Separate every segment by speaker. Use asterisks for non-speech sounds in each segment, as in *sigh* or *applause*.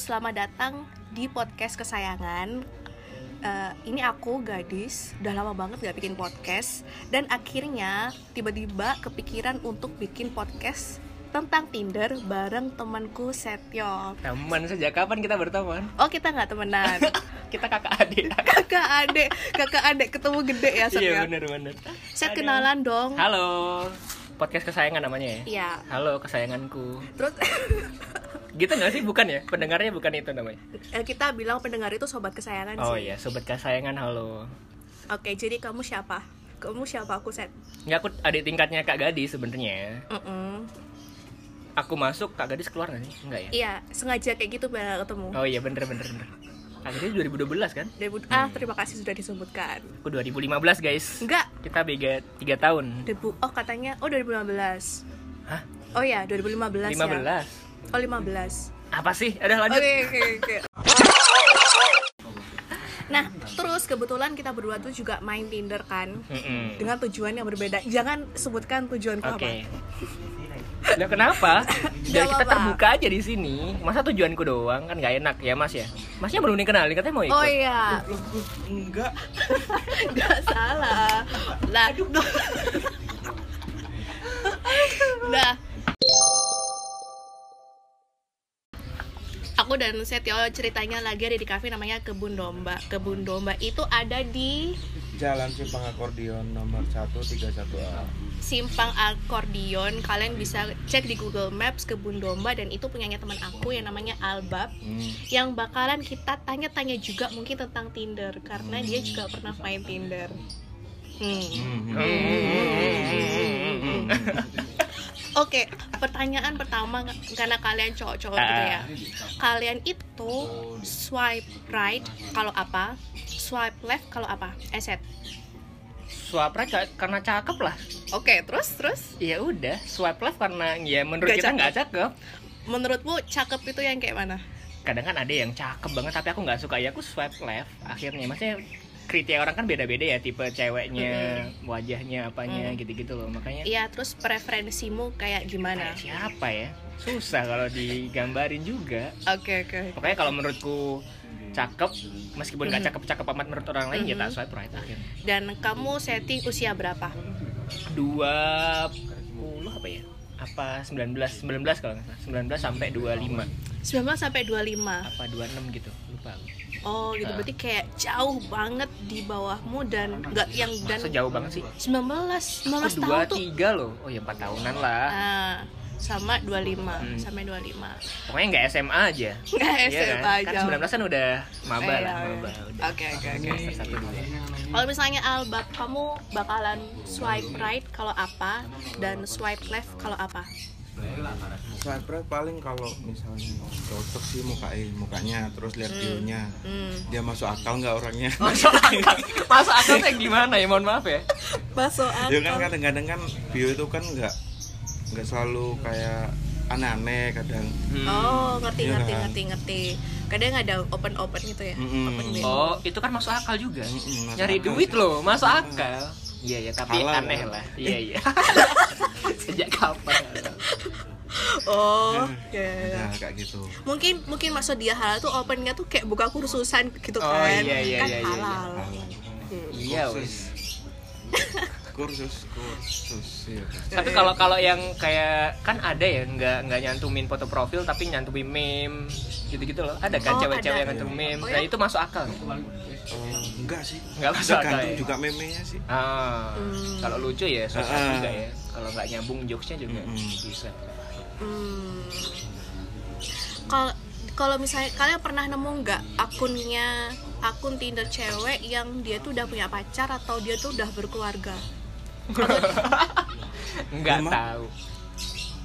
Speaker 1: selamat datang di podcast kesayangan. Eh, ini aku gadis, udah lama banget gak bikin podcast dan akhirnya tiba-tiba kepikiran untuk bikin podcast tentang Tinder bareng temanku Setio.
Speaker 2: Teman sejak kapan kita berteman?
Speaker 1: Oh kita nggak
Speaker 2: *laughs*
Speaker 1: temenan,
Speaker 2: Kita
Speaker 1: *laughs*
Speaker 2: kakak adik.
Speaker 1: kakak adek, kakak adek ketemu gede ya Set ya.
Speaker 2: Iya benar benar.
Speaker 1: Set
Speaker 2: Aduh.
Speaker 1: kenalan dong.
Speaker 2: Halo. Podcast kesayangan namanya ya.
Speaker 1: Iya.
Speaker 2: Halo kesayanganku.
Speaker 1: Terus
Speaker 2: Gitu nggak sih? Bukan ya? Pendengarnya bukan itu namanya.
Speaker 1: eh, kita bilang pendengar itu sobat kesayangan
Speaker 2: Oh
Speaker 1: sih.
Speaker 2: iya, sobat kesayangan halo.
Speaker 1: Oke jadi kamu siapa? Kamu siapa aku Set?
Speaker 2: Ya aku adik tingkatnya Kak Gadis sebenarnya.
Speaker 1: Mm-mm.
Speaker 2: Aku masuk Kak Gadis keluar nggak sih? Enggak ya?
Speaker 1: Iya, sengaja kayak gitu biar nggak ketemu.
Speaker 2: Oh iya bener bener bener. Kak Gadis 2012 kan?
Speaker 1: Debu ah, terima kasih sudah disebutkan.
Speaker 2: Aku 2015 guys.
Speaker 1: Enggak,
Speaker 2: Kita beda 3 tahun.
Speaker 1: debu. Oh, katanya oh 2015.
Speaker 2: Hah?
Speaker 1: Oh ya, 2015 ya.
Speaker 2: 15.
Speaker 1: Oh, 15.
Speaker 2: Apa sih? Udah lanjut.
Speaker 1: Oke, oke, oke. Nah, terus kebetulan kita berdua tuh juga main Tinder kan
Speaker 2: Mm-mm.
Speaker 1: dengan tujuan yang berbeda. Jangan sebutkan tujuan
Speaker 2: Oke.
Speaker 1: apa.
Speaker 2: Lah *laughs* kenapa? Jadi kita
Speaker 1: apa-apa.
Speaker 2: terbuka aja di sini. Masa tujuanku doang kan nggak enak ya Mas ya. Masnya belum dikenalin katanya mau ikut.
Speaker 1: Oh iya,
Speaker 3: Enggak,
Speaker 1: nggak salah. Nah, nah. Aku dan Setio ceritanya lagi ada di kafe namanya Kebun Domba. Kebun Domba itu ada di
Speaker 3: Jalan Simpang Akordeon nomor 131A.
Speaker 1: Simpang Akordion. Kalian bisa cek di Google Maps Kebun Domba dan itu punyanya teman aku yang namanya Albab
Speaker 3: Hmm.
Speaker 1: yang bakalan kita tanya-tanya juga mungkin tentang Tinder karena dia juga pernah main Tinder. Hmm.
Speaker 2: hmm, *laughs*
Speaker 1: Oke, pertanyaan pertama karena kalian cowok-cowok gitu ya.
Speaker 2: Ah.
Speaker 1: Kalian itu
Speaker 2: Oh,
Speaker 1: swipe right kalau apa? Swipe left kalau apa? Eh, Eset.
Speaker 2: Swipe right ka- karena cakep lah.
Speaker 1: Oke, terus terus
Speaker 2: Ya udah, swipe left karena ya menurut
Speaker 1: Nggak
Speaker 2: kita
Speaker 1: cakep.
Speaker 2: nggak cakep.
Speaker 1: menurutmu cakep itu yang kayak mana?
Speaker 2: Kadang kan ada yang cakep banget tapi aku nggak suka ya aku swipe left akhirnya. Maksudnya kriteria orang kan beda-beda ya tipe ceweknya, wajahnya, apanya gitu-gitu loh. Makanya
Speaker 1: Iya, terus preferensimu kayak gimana?
Speaker 2: kayak siapa ya? Susah kalau digambarin juga.
Speaker 1: Oke, oke.
Speaker 2: Pokoknya kalau menurutku cakep, meskipun nggak
Speaker 1: Mhm.
Speaker 2: cakep-cakep amat menurut orang lain ya
Speaker 1: Mhm.
Speaker 2: tak swipe right akhirnya.
Speaker 1: Dan kamu setting usia berapa?
Speaker 2: Dua puluh apa ya? Apa 19 19 kalau nggak salah 19 sampai 25
Speaker 1: 19 sampai 25.
Speaker 2: apa 26 gitu lupa aku.
Speaker 1: Oh, gitu.
Speaker 2: Ah.
Speaker 1: Berarti kayak jauh banget di bawahmu dan enggak yang dan
Speaker 2: Masa jauh banget sih?
Speaker 1: 19
Speaker 2: Aku
Speaker 1: 19 tahun
Speaker 2: dua
Speaker 1: tuh
Speaker 2: tiga loh. Oh ya 4 tahunan lah.
Speaker 1: Ah, sama 25
Speaker 2: Hmm.
Speaker 1: sampai 25
Speaker 2: Pokoknya nggak SMA aja.
Speaker 1: nggak
Speaker 2: Iya
Speaker 1: SMA
Speaker 2: kan?
Speaker 1: aja
Speaker 2: kan 19 kan udah maba
Speaker 1: Iya,
Speaker 2: lah,
Speaker 1: iya.
Speaker 2: maba udah.
Speaker 1: oke oke oke
Speaker 2: Semester satu ya. dua.
Speaker 1: kalau misalnya Albab kamu bakalan swipe right kalau apa dan swipe left kalau apa
Speaker 3: Swipe right paling kalau misalnya cocok sih mukanya, mukanya terus lihat bio-nya.
Speaker 1: hmm.
Speaker 3: Dia masuk akal nggak orangnya?
Speaker 2: Masuk akal, masuk akalnya gimana ya? Mohon maaf ya.
Speaker 1: baso
Speaker 2: Iya
Speaker 3: ya kan kadang-kadang kan bio itu kan nggak nggak selalu kayak aneh-aneh kadang.
Speaker 2: Hmm.
Speaker 1: oh ngerti
Speaker 3: Iya
Speaker 1: ngerti
Speaker 3: kan?
Speaker 1: ngerti ngerti kadang ada open open gitu ya
Speaker 3: Mm-mm.
Speaker 1: open BO.
Speaker 2: Oh, itu kan masuk akal juga.
Speaker 3: Mm-mm, masuk
Speaker 2: Nyari
Speaker 3: akal
Speaker 2: duit
Speaker 3: sih.
Speaker 2: loh, masuk akal. Iya ya, tapi
Speaker 3: Halal. kan?
Speaker 2: aneh lah. Iya *laughs* iya. Sejak kapan? Iya.
Speaker 1: oh ya, ya, ya.
Speaker 3: Ya kayak gitu.
Speaker 1: mungkin mungkin maksud dia halal tuh opennya tuh kayak buka kursusan gitu
Speaker 2: Oh,
Speaker 1: kan
Speaker 2: iya, iya,
Speaker 1: kan
Speaker 2: iya, iya.
Speaker 1: halal
Speaker 3: Halal.
Speaker 2: Iya
Speaker 3: Kursus.
Speaker 2: wes.
Speaker 3: Kursus, kursus. Iya.
Speaker 2: Tapi kalau kalau yang kayak kan ada ya nggak nggak nyantumin foto profil tapi nyantumin meme gitu-gitu loh. Ada
Speaker 1: Oh,
Speaker 2: kan cewek-cewek
Speaker 1: ada.
Speaker 2: yang nyantumin meme.
Speaker 1: Oh,
Speaker 2: Nah,
Speaker 3: iya.
Speaker 1: ya?
Speaker 2: itu masuk akal.
Speaker 3: Oh, enggak sih.
Speaker 2: Iya. Nggak masuk akal
Speaker 3: Tergantung
Speaker 2: ya?
Speaker 3: juga meme-nya sih.
Speaker 2: Ah,
Speaker 1: Hmm.
Speaker 2: kalau lucu ya susah
Speaker 3: Ah.
Speaker 2: juga ya. Kalau nggak nyambung jokesnya juga
Speaker 3: Mm-mm.
Speaker 2: bisa.
Speaker 1: Hmm. Kalau kalau misalnya kalian pernah nemu nggak akunnya akun Tinder cewek yang dia tuh udah punya pacar atau dia tuh udah berkeluarga?
Speaker 2: Nggak
Speaker 3: Emang?
Speaker 2: tahu.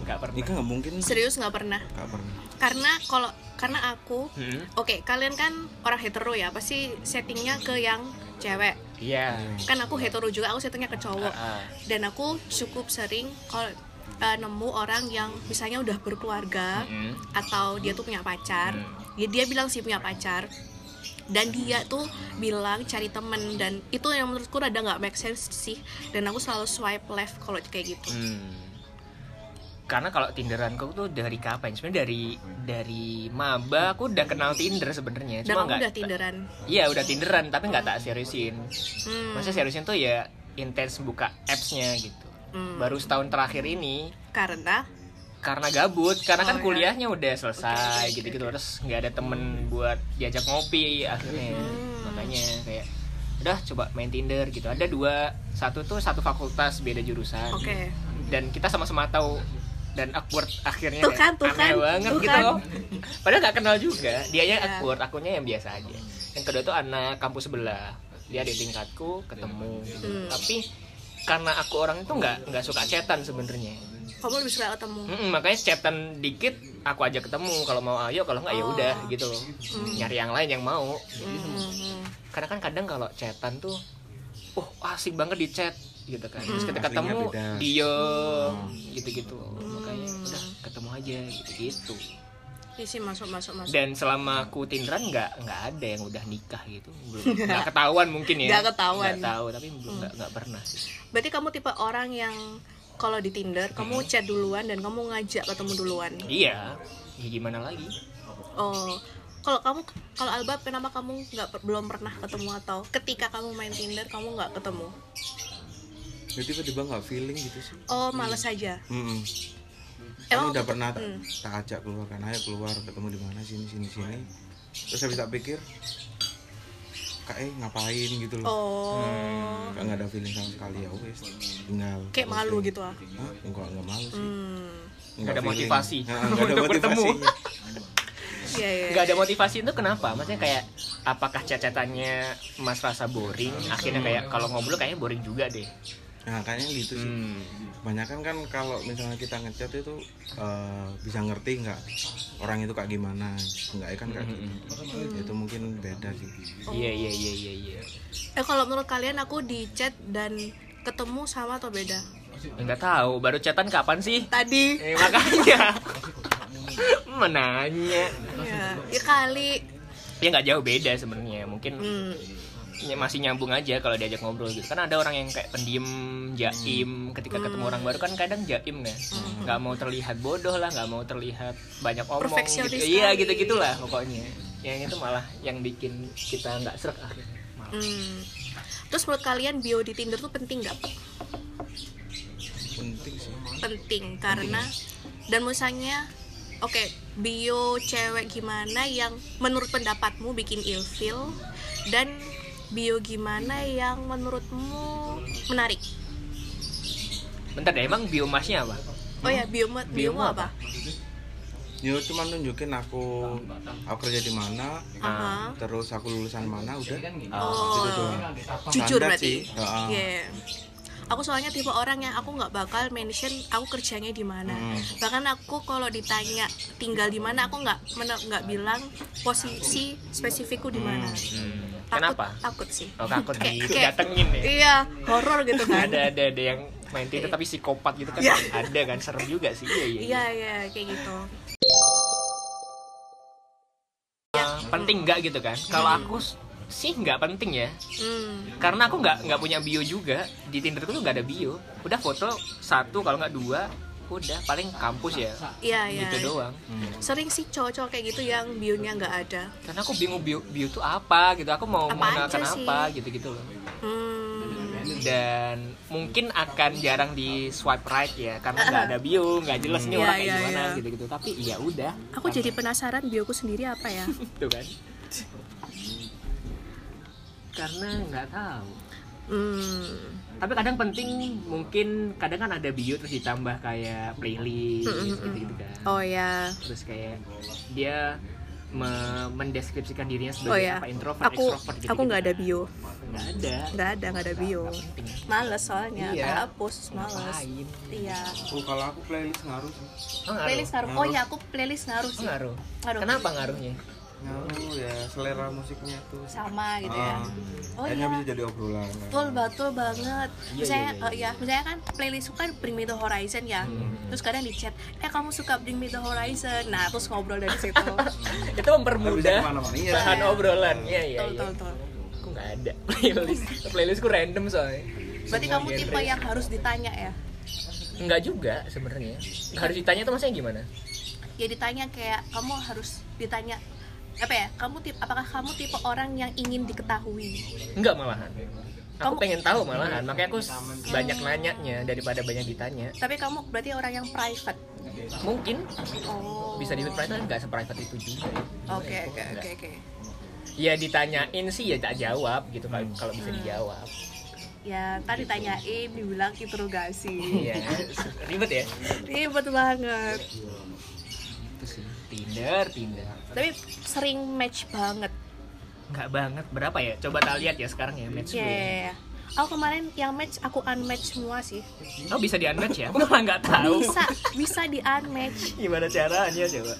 Speaker 2: Nggak pernah.
Speaker 3: Nikah kan nggak mungkin.
Speaker 1: Serius nggak pernah?
Speaker 3: Nggak pernah.
Speaker 1: Karena kalau karena aku,
Speaker 2: Hmm?
Speaker 1: oke kalian kan orang hetero ya, pasti settingnya ke yang cewek.
Speaker 2: Iya.
Speaker 1: Kan aku hetero juga, aku settingnya ke
Speaker 3: Hmm.
Speaker 1: cowok.
Speaker 2: Ah, ah.
Speaker 1: Dan aku cukup sering kalau eh, nemu orang yang misalnya udah berkeluarga,
Speaker 2: Mm-mm.
Speaker 1: atau dia tuh punya pacar
Speaker 2: Hmm.
Speaker 1: dia dia bilang sih punya pacar dan dia tuh bilang cari temen dan itu yang menurutku rada nggak make sense sih dan aku selalu swipe left kalau kayak gitu
Speaker 2: Hmm. karena kalau Tinderan kok tuh dari kapan? Sebenarnya dari dari maba aku udah kenal Tinder sebenarnya.
Speaker 1: Dan kamu
Speaker 2: Cuma nggak.
Speaker 1: udah tinderan.
Speaker 2: Iya udah Tinderan tapi nggak tak seriusin.
Speaker 1: Hmm.
Speaker 2: Maksudnya seriusin tuh ya intens buka appsnya gitu.
Speaker 1: Hmm.
Speaker 2: Baru setahun terakhir ini
Speaker 1: Karena
Speaker 2: karena gabut karena
Speaker 1: Oh,
Speaker 2: kan
Speaker 1: ya.
Speaker 2: kuliahnya udah selesai gitu-gitu terus nggak ada temen buat diajak ngopi akhirnya
Speaker 1: Hmm.
Speaker 2: makanya kayak udah coba main Tinder gitu ada dua satu tuh satu fakultas beda jurusan
Speaker 1: oke.
Speaker 2: dan kita sama-sama tahu dan awkward akhirnya
Speaker 1: Tuh kan,
Speaker 2: kayak
Speaker 1: tuh
Speaker 2: aneh
Speaker 1: kan,
Speaker 2: banget
Speaker 1: tuh
Speaker 2: gitu
Speaker 1: kan.
Speaker 2: loh padahal nggak kenal juga dia yang
Speaker 1: Ya.
Speaker 2: awkward akunya yang biasa aja yang kedua tuh anak kampus sebelah dia di tingkatku ketemu
Speaker 1: Hmm.
Speaker 2: tapi karena aku orang itu nggak nggak suka cetan sebenarnya
Speaker 1: Kamu lebih suka ketemu.
Speaker 2: Mm-mm, makanya chatan dikit aku ajak ketemu kalau mau ayo kalau nggak ya
Speaker 1: Oh.
Speaker 2: udah gitu loh
Speaker 1: Hmm.
Speaker 2: nyari yang lain yang mau
Speaker 1: Hmm, hmm.
Speaker 2: karena kan kadang kalau chatan tuh oh asik banget di chat gitu kan terus
Speaker 1: Hmm.
Speaker 2: ketika
Speaker 3: Aslinya
Speaker 2: ketemu
Speaker 3: beda. Hmm.
Speaker 2: diem gitu gitu makanya
Speaker 1: Hmm.
Speaker 2: udah ketemu aja gitu gitu
Speaker 1: Iya sih masuk masuk masuk.
Speaker 2: dan selama aku tinderan nggak nggak ada yang udah nikah gitu belum
Speaker 1: *laughs*
Speaker 2: nggak ketahuan mungkin ya
Speaker 1: Nggak ketahuan. Hmm.
Speaker 2: Nggak tahu tapi belum nggak nggak pernah sih
Speaker 1: Berarti kamu tipe orang yang kalau di Tinder
Speaker 2: Hmm.
Speaker 1: kamu chat duluan dan kamu ngajak ketemu duluan.
Speaker 2: iya ya gimana lagi
Speaker 1: Oh, kalau kamu kalau Alba kenapa kamu nggak per- belum pernah ketemu atau ketika kamu main Tinder kamu nggak ketemu?
Speaker 3: Jadi tiba-tiba nggak feeling gitu sih.
Speaker 2: Hmm.
Speaker 1: Oh, males aja.
Speaker 3: Mm-mm. Kan
Speaker 1: Emang
Speaker 3: udah pernah tak,
Speaker 1: Hmm.
Speaker 3: tak ajak keluar kan, ayo keluar ketemu di mana sini sini sini. Terus habis tak pikir, kak eh ngapain gitu
Speaker 2: Hmm.
Speaker 3: loh.
Speaker 1: oh
Speaker 3: Kak nggak ada feeling sama sekali ya wes tinggal.
Speaker 1: kayak malu gitu ah.
Speaker 3: Hah? Enggak enggak malu sih.
Speaker 1: Hmm.
Speaker 2: Nggak ada
Speaker 3: feeling.
Speaker 2: motivasi
Speaker 3: Nah, nggak ada
Speaker 2: *laughs* untuk bertemu.
Speaker 3: motivasi.
Speaker 1: Iya, iya.
Speaker 2: nggak ada motivasi itu kenapa maksudnya kayak apakah cacatannya mas rasa boring akhirnya kayak kalau ngobrol kayaknya boring juga deh
Speaker 3: Nah kayaknya gitu
Speaker 2: Hmm.
Speaker 3: sih. Kebanyakan kan kalau misalnya kita ngechat itu eh, bisa ngerti nggak orang itu kayak gimana, nggak ya kan kayak
Speaker 2: Hmm,
Speaker 3: gitu. Itu mungkin beda sih.
Speaker 2: iya iya iya iya iya
Speaker 1: Eh kalau menurut kalian aku di chat dan ketemu sama atau beda?
Speaker 2: nggak tahu baru chatan kapan sih
Speaker 1: Tadi
Speaker 2: eh, *laughs*
Speaker 1: *laughs* Iya.
Speaker 2: makanya menanya
Speaker 1: ya, ya kali.
Speaker 2: ya nggak jauh beda sebenarnya mungkin
Speaker 1: Hmm.
Speaker 2: ya masih nyambung aja kalau diajak ngobrol gitu karena ada orang yang kayak pendiam
Speaker 1: Hmm.
Speaker 2: jaim ketika ketemu orang baru kan kadang jaim kan nggak mau terlihat bodoh lah nggak mau terlihat banyak omong gitu.
Speaker 1: Perfeksionis
Speaker 2: iya
Speaker 1: sekali.
Speaker 2: gitu gitulah pokoknya Ya, yang itu malah yang bikin kita nggak serak akhirnya malah
Speaker 1: hmm. Terus menurut kalian bio di Tinder tuh penting nggak?
Speaker 3: Penting sih.
Speaker 1: Penting karena dan misalnya oke bio cewek gimana yang menurut pendapatmu bikin ilfil dan bio gimana yang menurutmu menarik?
Speaker 2: bentar deh emang biomasnya apa
Speaker 1: Oh ya bio biomu
Speaker 2: Biomu
Speaker 1: apa?
Speaker 3: Yo cuma nunjukin aku aku kerja di mana,
Speaker 1: Nah, Aha.
Speaker 3: terus aku lulusan mana udah.
Speaker 1: Oh.
Speaker 3: Gitu doang.
Speaker 1: jujur
Speaker 3: Standar
Speaker 1: berarti.
Speaker 3: sih. Heeh.
Speaker 1: Iya. Aku soalnya tipe orang yang aku nggak bakal mention aku kerjanya di mana.
Speaker 3: Hmm.
Speaker 1: Bahkan aku kalau ditanya tinggal di mana aku nggak mene- nggak bilang posisi spesifikku di mana.
Speaker 3: Hmm.
Speaker 1: Takut-
Speaker 2: Hmm. kenapa
Speaker 1: Takut sih.
Speaker 2: oh takut
Speaker 1: Kayak- kayak-
Speaker 2: didatengin ya
Speaker 1: Iya, horor
Speaker 2: *laughs*
Speaker 1: gitu kan.
Speaker 2: ada ada ada yang main Tinder tapi psikopat gitu kan
Speaker 1: Iya.
Speaker 2: ada kan serem juga sih iya iya,
Speaker 1: Iya, iya, kayak gitu. iya.
Speaker 2: Uh, penting nggak gitu kan kalau aku s- sih nggak penting ya
Speaker 1: Hmm.
Speaker 2: karena aku nggak nggak punya bio juga di Tinder tuh nggak ada bio udah foto satu kalau nggak dua udah paling kampus ya
Speaker 1: Iya, iya.
Speaker 2: gitu doang
Speaker 1: Sering sih cowok-cowok kayak gitu yang bionya nggak ada.
Speaker 2: karena aku bingung bio bio tuh apa gitu aku mau
Speaker 1: Apa
Speaker 2: mengenalkan
Speaker 1: aja sih?
Speaker 2: apa gitu gitu loh
Speaker 1: Hmm.
Speaker 2: dan mungkin akan jarang di swipe right ya karena nggak ada bio nggak jelas nih
Speaker 1: Iya,
Speaker 2: orang kayak
Speaker 1: iya,
Speaker 2: gimana
Speaker 1: iya.
Speaker 2: gitu gitu tapi ya udah
Speaker 1: Aku jadi penasaran bioku sendiri apa ya?
Speaker 2: gitu kan karena nggak tahu
Speaker 1: *laughs* Hmm.
Speaker 2: tapi kadang penting mungkin kadang kan ada bio terus ditambah kayak
Speaker 1: Mm,
Speaker 2: playlist
Speaker 1: mm, mm.
Speaker 2: gitu gitu kan
Speaker 1: Oh ya.
Speaker 2: terus kayak dia me- mendeskripsikan dirinya sebagai
Speaker 1: Oh ya.
Speaker 2: apa introvert
Speaker 1: Aku
Speaker 2: extrovert gitu
Speaker 1: aku nggak ada bio.
Speaker 2: nggak ada
Speaker 1: Nggak ada, nggak ada bio.
Speaker 2: penting
Speaker 1: Males soalnya,
Speaker 2: Iya.
Speaker 1: tak hapus, males.
Speaker 2: ngapain
Speaker 1: Iya.
Speaker 3: Oh, kalau aku playlist ngaruh sih.
Speaker 2: oh, ngaruh
Speaker 1: Playlist ngaruh. Oh ya, aku playlist ngaruh
Speaker 2: Oh,
Speaker 1: sih.
Speaker 2: ngaruh
Speaker 1: Ngaruh.
Speaker 2: kenapa *laughs* ngaruhnya
Speaker 3: Ngaruh ya selera musiknya tuh.
Speaker 1: Sama gitu ya.
Speaker 3: Ah,
Speaker 1: Oh
Speaker 3: kayaknya
Speaker 1: iya.
Speaker 3: bisa jadi obrolan. kan.
Speaker 1: Betul, betul banget.
Speaker 2: Iya,
Speaker 1: Misalnya,
Speaker 2: iya, Hmm.
Speaker 1: eh, ya, misalnya kan playlistku kan Bring Me The Horizon ya. Terus kadang di chat, eh kamu suka Bring Me The Horizon. Nah, terus ngobrol dari
Speaker 2: *laughs*
Speaker 1: situ.
Speaker 2: Iya, itu
Speaker 3: Tapi bisa
Speaker 2: mempermudah
Speaker 3: kemana-mana. Iya.
Speaker 2: bahan obrolan iya iya
Speaker 1: Betul,
Speaker 2: iya
Speaker 1: betul, betul.
Speaker 2: aku nggak ada *laughs* playlist playlistku random soalnya
Speaker 1: Berarti
Speaker 2: Semua
Speaker 1: kamu
Speaker 2: genre.
Speaker 1: tipe yang harus ditanya ya?
Speaker 2: Enggak juga sebenarnya. Harus ditanya tuh maksudnya gimana?
Speaker 1: ya ditanya kayak kamu harus ditanya apa ya kamu tip apakah kamu tipe orang yang ingin diketahui
Speaker 2: Enggak malahan.
Speaker 1: Kamu-
Speaker 2: Aku pengen tahu malahan, makanya aku s- banyak nanyanya daripada banyak ditanya.
Speaker 1: tapi kamu berarti orang yang private
Speaker 2: Mungkin
Speaker 1: oh
Speaker 2: bisa dibilang private enggak seprivate itu juga.
Speaker 1: oke oke
Speaker 2: Enggak.
Speaker 1: oke oke
Speaker 2: Ya ditanyain sih ya tak jawab gitu kalau kalau bisa
Speaker 1: Hmm.
Speaker 2: dijawab.
Speaker 1: ya tadi tanyain dibilang *laughs* interogasi
Speaker 2: Iya. Ribet ya?
Speaker 1: ribet banget
Speaker 2: Itu sih Tinder, Tinder.
Speaker 1: tapi sering match banget
Speaker 2: Enggak banget berapa ya? Coba tak lihat ya sekarang ya match
Speaker 1: ya
Speaker 2: gue.
Speaker 1: aku kemarin yang match aku unmatch semua sih
Speaker 2: Oh bisa di unmatch ya? *laughs* Aku malah nggak tahu.
Speaker 1: bisa bisa di unmatch
Speaker 2: Gimana caranya coba?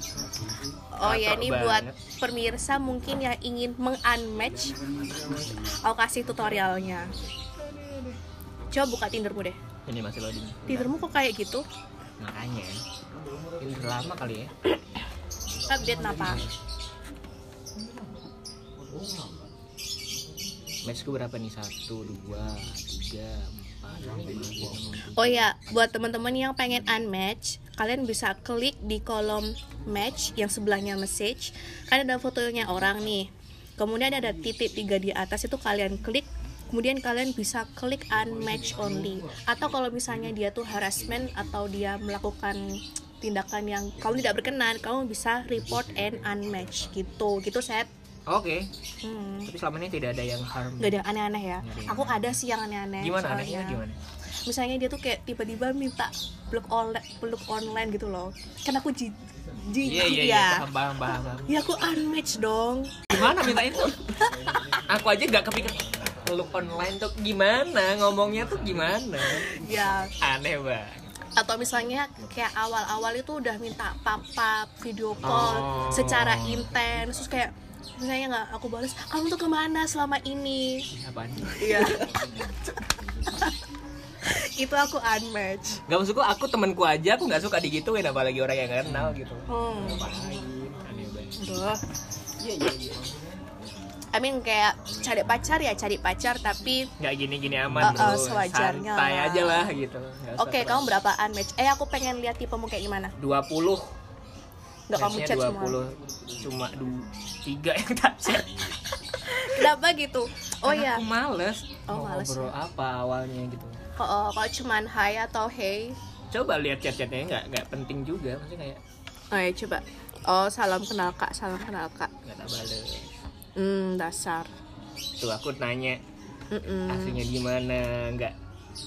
Speaker 1: oh ya
Speaker 2: Kacau
Speaker 1: ini buat
Speaker 2: banget.
Speaker 1: pemirsa mungkin yang ingin mengunmatch aku kasih tutorialnya coba buka tindermu deh
Speaker 2: Ini masih loading.
Speaker 1: tindermu kok kayak gitu
Speaker 2: Makanya. Ini udah lama kali ya.
Speaker 1: update napa
Speaker 2: Match gue berapa nih? Satu, dua, tiga, empat, lima, enam.
Speaker 1: oh ya buat teman-teman yang pengen unmatch kalian bisa klik di kolom match yang sebelahnya message kan ada fotonya orang nih kemudian ada titik tiga di atas itu kalian klik kemudian kalian bisa klik unmatch only atau kalau misalnya dia tuh harassment atau dia melakukan tindakan yang kamu tidak berkenan kamu bisa report and unmatch gitu gitu set
Speaker 2: Oke,
Speaker 1: hmm.
Speaker 2: tapi selama ini tidak ada yang harm.
Speaker 1: nggak ada yang aneh-aneh ya
Speaker 2: Nggak ada yang
Speaker 1: aku ada sih yang aneh-aneh
Speaker 2: Gimana
Speaker 1: soalnya.
Speaker 2: anehnya gimana?
Speaker 1: misalnya dia tuh kayak tiba-tiba minta peluk online peluk online gitu loh kan aku ji- jijik
Speaker 2: Iya iya iya, paham paham paham. paham.
Speaker 1: ya ya aku unmatch dong
Speaker 2: Gimana minta itu? Aku aja nggak kepikir peluk online tuh gimana ngomongnya tuh gimana
Speaker 1: ya
Speaker 2: aneh banget
Speaker 1: atau misalnya kayak awal-awal itu udah minta papa video call
Speaker 2: Oh.
Speaker 1: secara intens terus kayak misalnya nggak aku balas kamu tuh kemana selama ini
Speaker 2: apaan
Speaker 1: iya itu aku unmatch
Speaker 2: Gak maksud gua, aku temanku aja aku nggak suka digituin apalagi orang yang nggak kenal gitu
Speaker 1: hmm.
Speaker 2: aneh banget
Speaker 1: Aduh. Iya, I mean kayak cari pacar ya cari pacar tapi
Speaker 2: nggak gini gini aman
Speaker 1: Uh-uh,
Speaker 2: bro
Speaker 1: sewajarnya
Speaker 2: santai
Speaker 1: lah.
Speaker 2: aja lah gitu Nggak usah
Speaker 1: oke kamu berapaan match? Eh aku pengen lihat tipemu kayak gimana.
Speaker 2: terlalu- 20
Speaker 1: Enggak kamu
Speaker 2: Matchnya
Speaker 1: chat
Speaker 2: 20
Speaker 1: semua.
Speaker 2: cuma du- tiga yang tak chat
Speaker 1: Kenapa gitu? Oh
Speaker 2: Karena
Speaker 1: ya.
Speaker 2: aku males
Speaker 1: Oh,
Speaker 2: mau
Speaker 1: males.
Speaker 2: ngobrol apa awalnya gitu
Speaker 1: Oh, oh, kalau cuman hai atau hey.
Speaker 2: coba lihat chat-chatnya nggak nggak penting juga maksudnya kayak
Speaker 1: Oh ya coba. Oh, salam kenal Kak, salam kenal Kak.
Speaker 2: nggak tak bales
Speaker 1: Hmm, dasar.
Speaker 2: tuh aku nanya
Speaker 1: Mm-mm.
Speaker 2: aslinya gimana nggak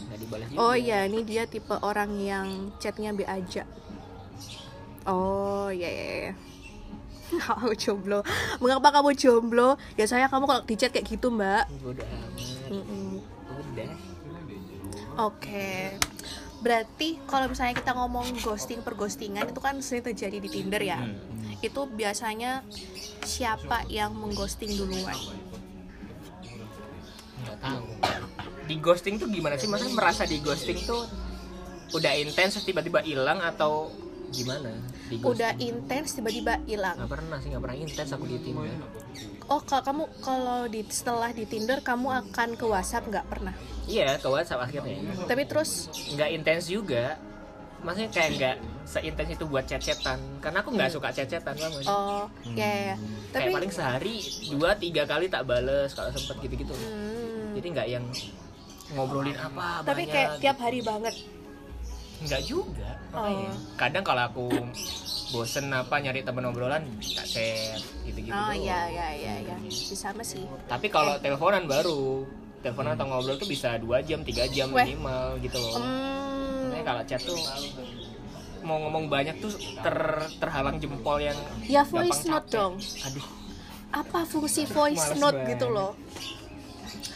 Speaker 2: nggak dibalas juga.
Speaker 1: Hmm. Oh ya, ini dia tipe orang yang chatnya be aja. Oh, ya ya ya. *laughs* Aku jomblo. Mengapa kamu jomblo? Ya saya kamu kalau di chat kayak gitu, Mbak.
Speaker 2: bodoh amat
Speaker 1: Mm-mm.
Speaker 2: udah
Speaker 1: Oke. Berarti kalau misalnya kita ngomong ghosting perghostingan itu kan sering terjadi di Tinder ya.
Speaker 2: Hmm,
Speaker 1: Itu biasanya siapa yang mengghosting duluan?
Speaker 2: nggak tahu di ghosting tuh gimana sih maksudnya merasa di ghosting tuh udah intens terus tiba-tiba hilang atau gimana di
Speaker 1: Udah
Speaker 2: ghosting?
Speaker 1: intens tiba-tiba hilang.
Speaker 2: nggak pernah sih nggak pernah intens aku di Tinder
Speaker 1: Oh, kalau kamu kalau di setelah di Tinder kamu akan ke WhatsApp nggak pernah.
Speaker 2: iya ke WhatsApp akhirnya
Speaker 1: Tapi terus
Speaker 2: nggak intens juga maksudnya kayak
Speaker 1: Iya.
Speaker 2: nggak seintens itu buat chat-chatan karena aku nggak suka chat-chatan lama
Speaker 1: oh ya ya, ya. Tapi
Speaker 2: Hmm. kayak paling sehari dua tiga kali tak bales kalau sempet gitu-gitu
Speaker 1: Hmm,
Speaker 2: jadi nggak yang ngobrolin
Speaker 1: tapi
Speaker 2: apa banyak gitu.
Speaker 1: kayak tiap hari banget.
Speaker 2: nggak juga makanya
Speaker 1: Oh.
Speaker 2: kadang kalau aku bosen apa nyari temen obrolan tak chat gitu gitu
Speaker 1: Oh ya ya ya ya. Bisa sama sih. Eh.
Speaker 2: tapi kalau teleponan baru teleponan atau ngobrol tuh bisa dua jam tiga jam
Speaker 1: Hmm. Weh.
Speaker 2: minimal gitu loh
Speaker 1: Hmm.
Speaker 2: Makanya kalau chat tuh mau ngomong banyak tuh ter terhalang jempol yang
Speaker 1: Ya
Speaker 2: gampang
Speaker 1: voice note
Speaker 2: capek.
Speaker 1: dong.
Speaker 2: aduh
Speaker 1: apa fungsi voice
Speaker 2: Males
Speaker 1: note
Speaker 2: banget.
Speaker 1: gitu loh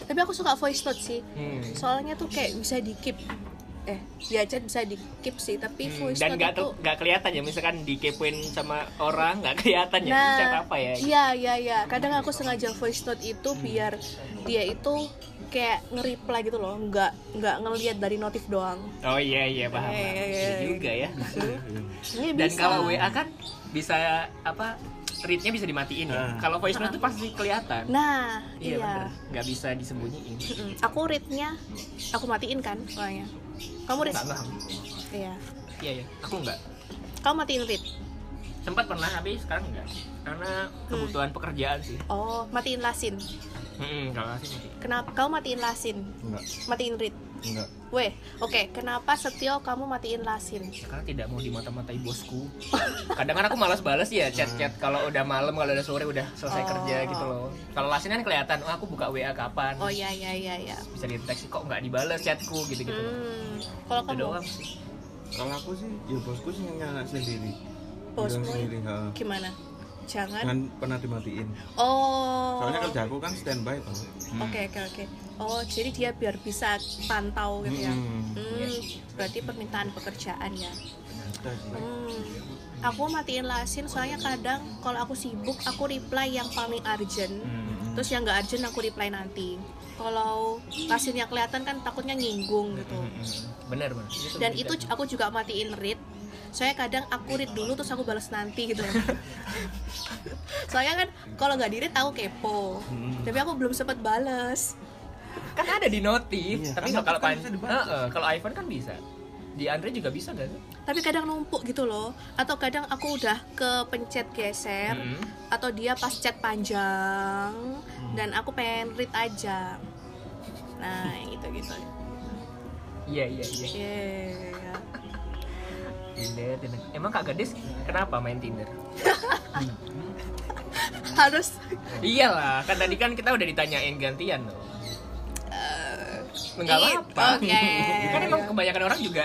Speaker 1: tapi aku suka voice note sih
Speaker 2: hmm.
Speaker 1: soalnya tuh kayak bisa di keep eh ya chat bisa di keep sih tapi
Speaker 2: Hmm,
Speaker 1: voice
Speaker 2: dan
Speaker 1: note
Speaker 2: nggak
Speaker 1: itu
Speaker 2: tuh nggak kelihatan ya misalkan dikepoin sama orang nggak kelihatan ya
Speaker 1: nah
Speaker 2: chat apa ya Hmm.
Speaker 1: iya iya iya kadang aku sengaja voice note itu biar dia itu kayak nge-reply gitu loh nggak nggak ngelihat dari notif doang
Speaker 2: oh iya iya paham
Speaker 1: Iya, iya, iya.
Speaker 2: Iya juga ya
Speaker 1: ini
Speaker 2: Dan
Speaker 1: bisa
Speaker 2: kalau WA kan bisa apa readnya bisa dimatiin ya.
Speaker 3: Ah.
Speaker 2: Kalau voice note itu pasti kelihatan.
Speaker 1: nah iya
Speaker 2: Iya, bener. Nggak bisa disembunyiin.
Speaker 1: Mm-mm. aku readnya aku matiin kan soalnya kamu read
Speaker 2: Nggak paham.
Speaker 1: Iya.
Speaker 2: iya ya aku nggak
Speaker 1: Kau matiin rit.
Speaker 2: sempat pernah tapi sekarang nggak
Speaker 1: Hmm.
Speaker 2: karena kebutuhan pekerjaan sih
Speaker 1: Oh, matiin lasin.
Speaker 2: Mm-mm, kalau asik sih
Speaker 1: Kenapa kau matiin lasin?
Speaker 3: enggak
Speaker 1: Matiin rit.
Speaker 3: enggak
Speaker 1: Weh, oke, kenapa Setio kamu matiin lasin?
Speaker 2: Ya, karena tidak mau dimata-matai bosku kadang kan aku malas balas ya chat-chat kalau udah malam kalau udah sore udah selesai
Speaker 1: Oh.
Speaker 2: kerja gitu loh kalau lasin kan kelihatan oh aku buka wa kapan
Speaker 1: Oh iya iya iya iya.
Speaker 2: bisa dideteksi kok nggak dibales chatku gitu gitu loh.
Speaker 1: Hmm. Kalau
Speaker 2: itu
Speaker 1: kamu
Speaker 2: doang sih
Speaker 3: kalau aku sih ya bosku sih nyana sendiri
Speaker 1: Bosmu?
Speaker 3: Bilang sendiri ha.
Speaker 1: gimana? Jangan.
Speaker 3: dan pernah dimatiin
Speaker 1: Kan? Oh.
Speaker 3: soalnya
Speaker 1: Oke
Speaker 3: kerja aku kan standby tau
Speaker 2: Hmm.
Speaker 1: oke oke. Oh, jadi dia biar bisa pantau gitu ya.
Speaker 3: Mm-mm.
Speaker 1: Hmm, berarti permintaan pekerjaan ya.
Speaker 3: Ada sih.
Speaker 1: Hmm. Aku matiin lasin soalnya kadang kalau aku sibuk aku reply yang paling urgent.
Speaker 2: Hmm.
Speaker 1: Terus yang nggak urgent aku reply nanti. Kalau lasinnya kelihatan kan takutnya nyinggung gitu.
Speaker 2: bener bener
Speaker 1: Dan itu ju- aku juga matiin read. Soalnya kadang aku read dulu terus aku balas nanti gitu. Soalnya kan kalau nggak di read aku kepo.
Speaker 3: Mm-mm.
Speaker 1: Tapi aku belum sempat balas.
Speaker 2: kan ada di notif
Speaker 3: Iya,
Speaker 2: tapi
Speaker 3: kan
Speaker 2: kalau
Speaker 3: notif kan
Speaker 2: pan-
Speaker 3: bisa dibaca.
Speaker 2: Heeh, kalau iPhone kan bisa di Android juga bisa gak sih
Speaker 1: Tapi kadang numpuk gitu loh. Atau kadang aku udah ke pencet geser
Speaker 2: Mm-mm.
Speaker 1: atau dia pas chat panjang dan aku pengen read aja. Nah, gitu-gitu.
Speaker 2: iya iya iya
Speaker 1: Yeah.
Speaker 2: Tinder, Tinder. Iya, Emang Kak Gadis kenapa main Tinder?
Speaker 1: Oh. Harus
Speaker 2: Iyalah, kan tadi kan kita udah ditanyain gantian loh.
Speaker 1: eh,
Speaker 2: Enggak
Speaker 1: it-
Speaker 2: apa-apa.
Speaker 1: Gitu. oke.
Speaker 2: *laughs* kan emang kebanyakan orang juga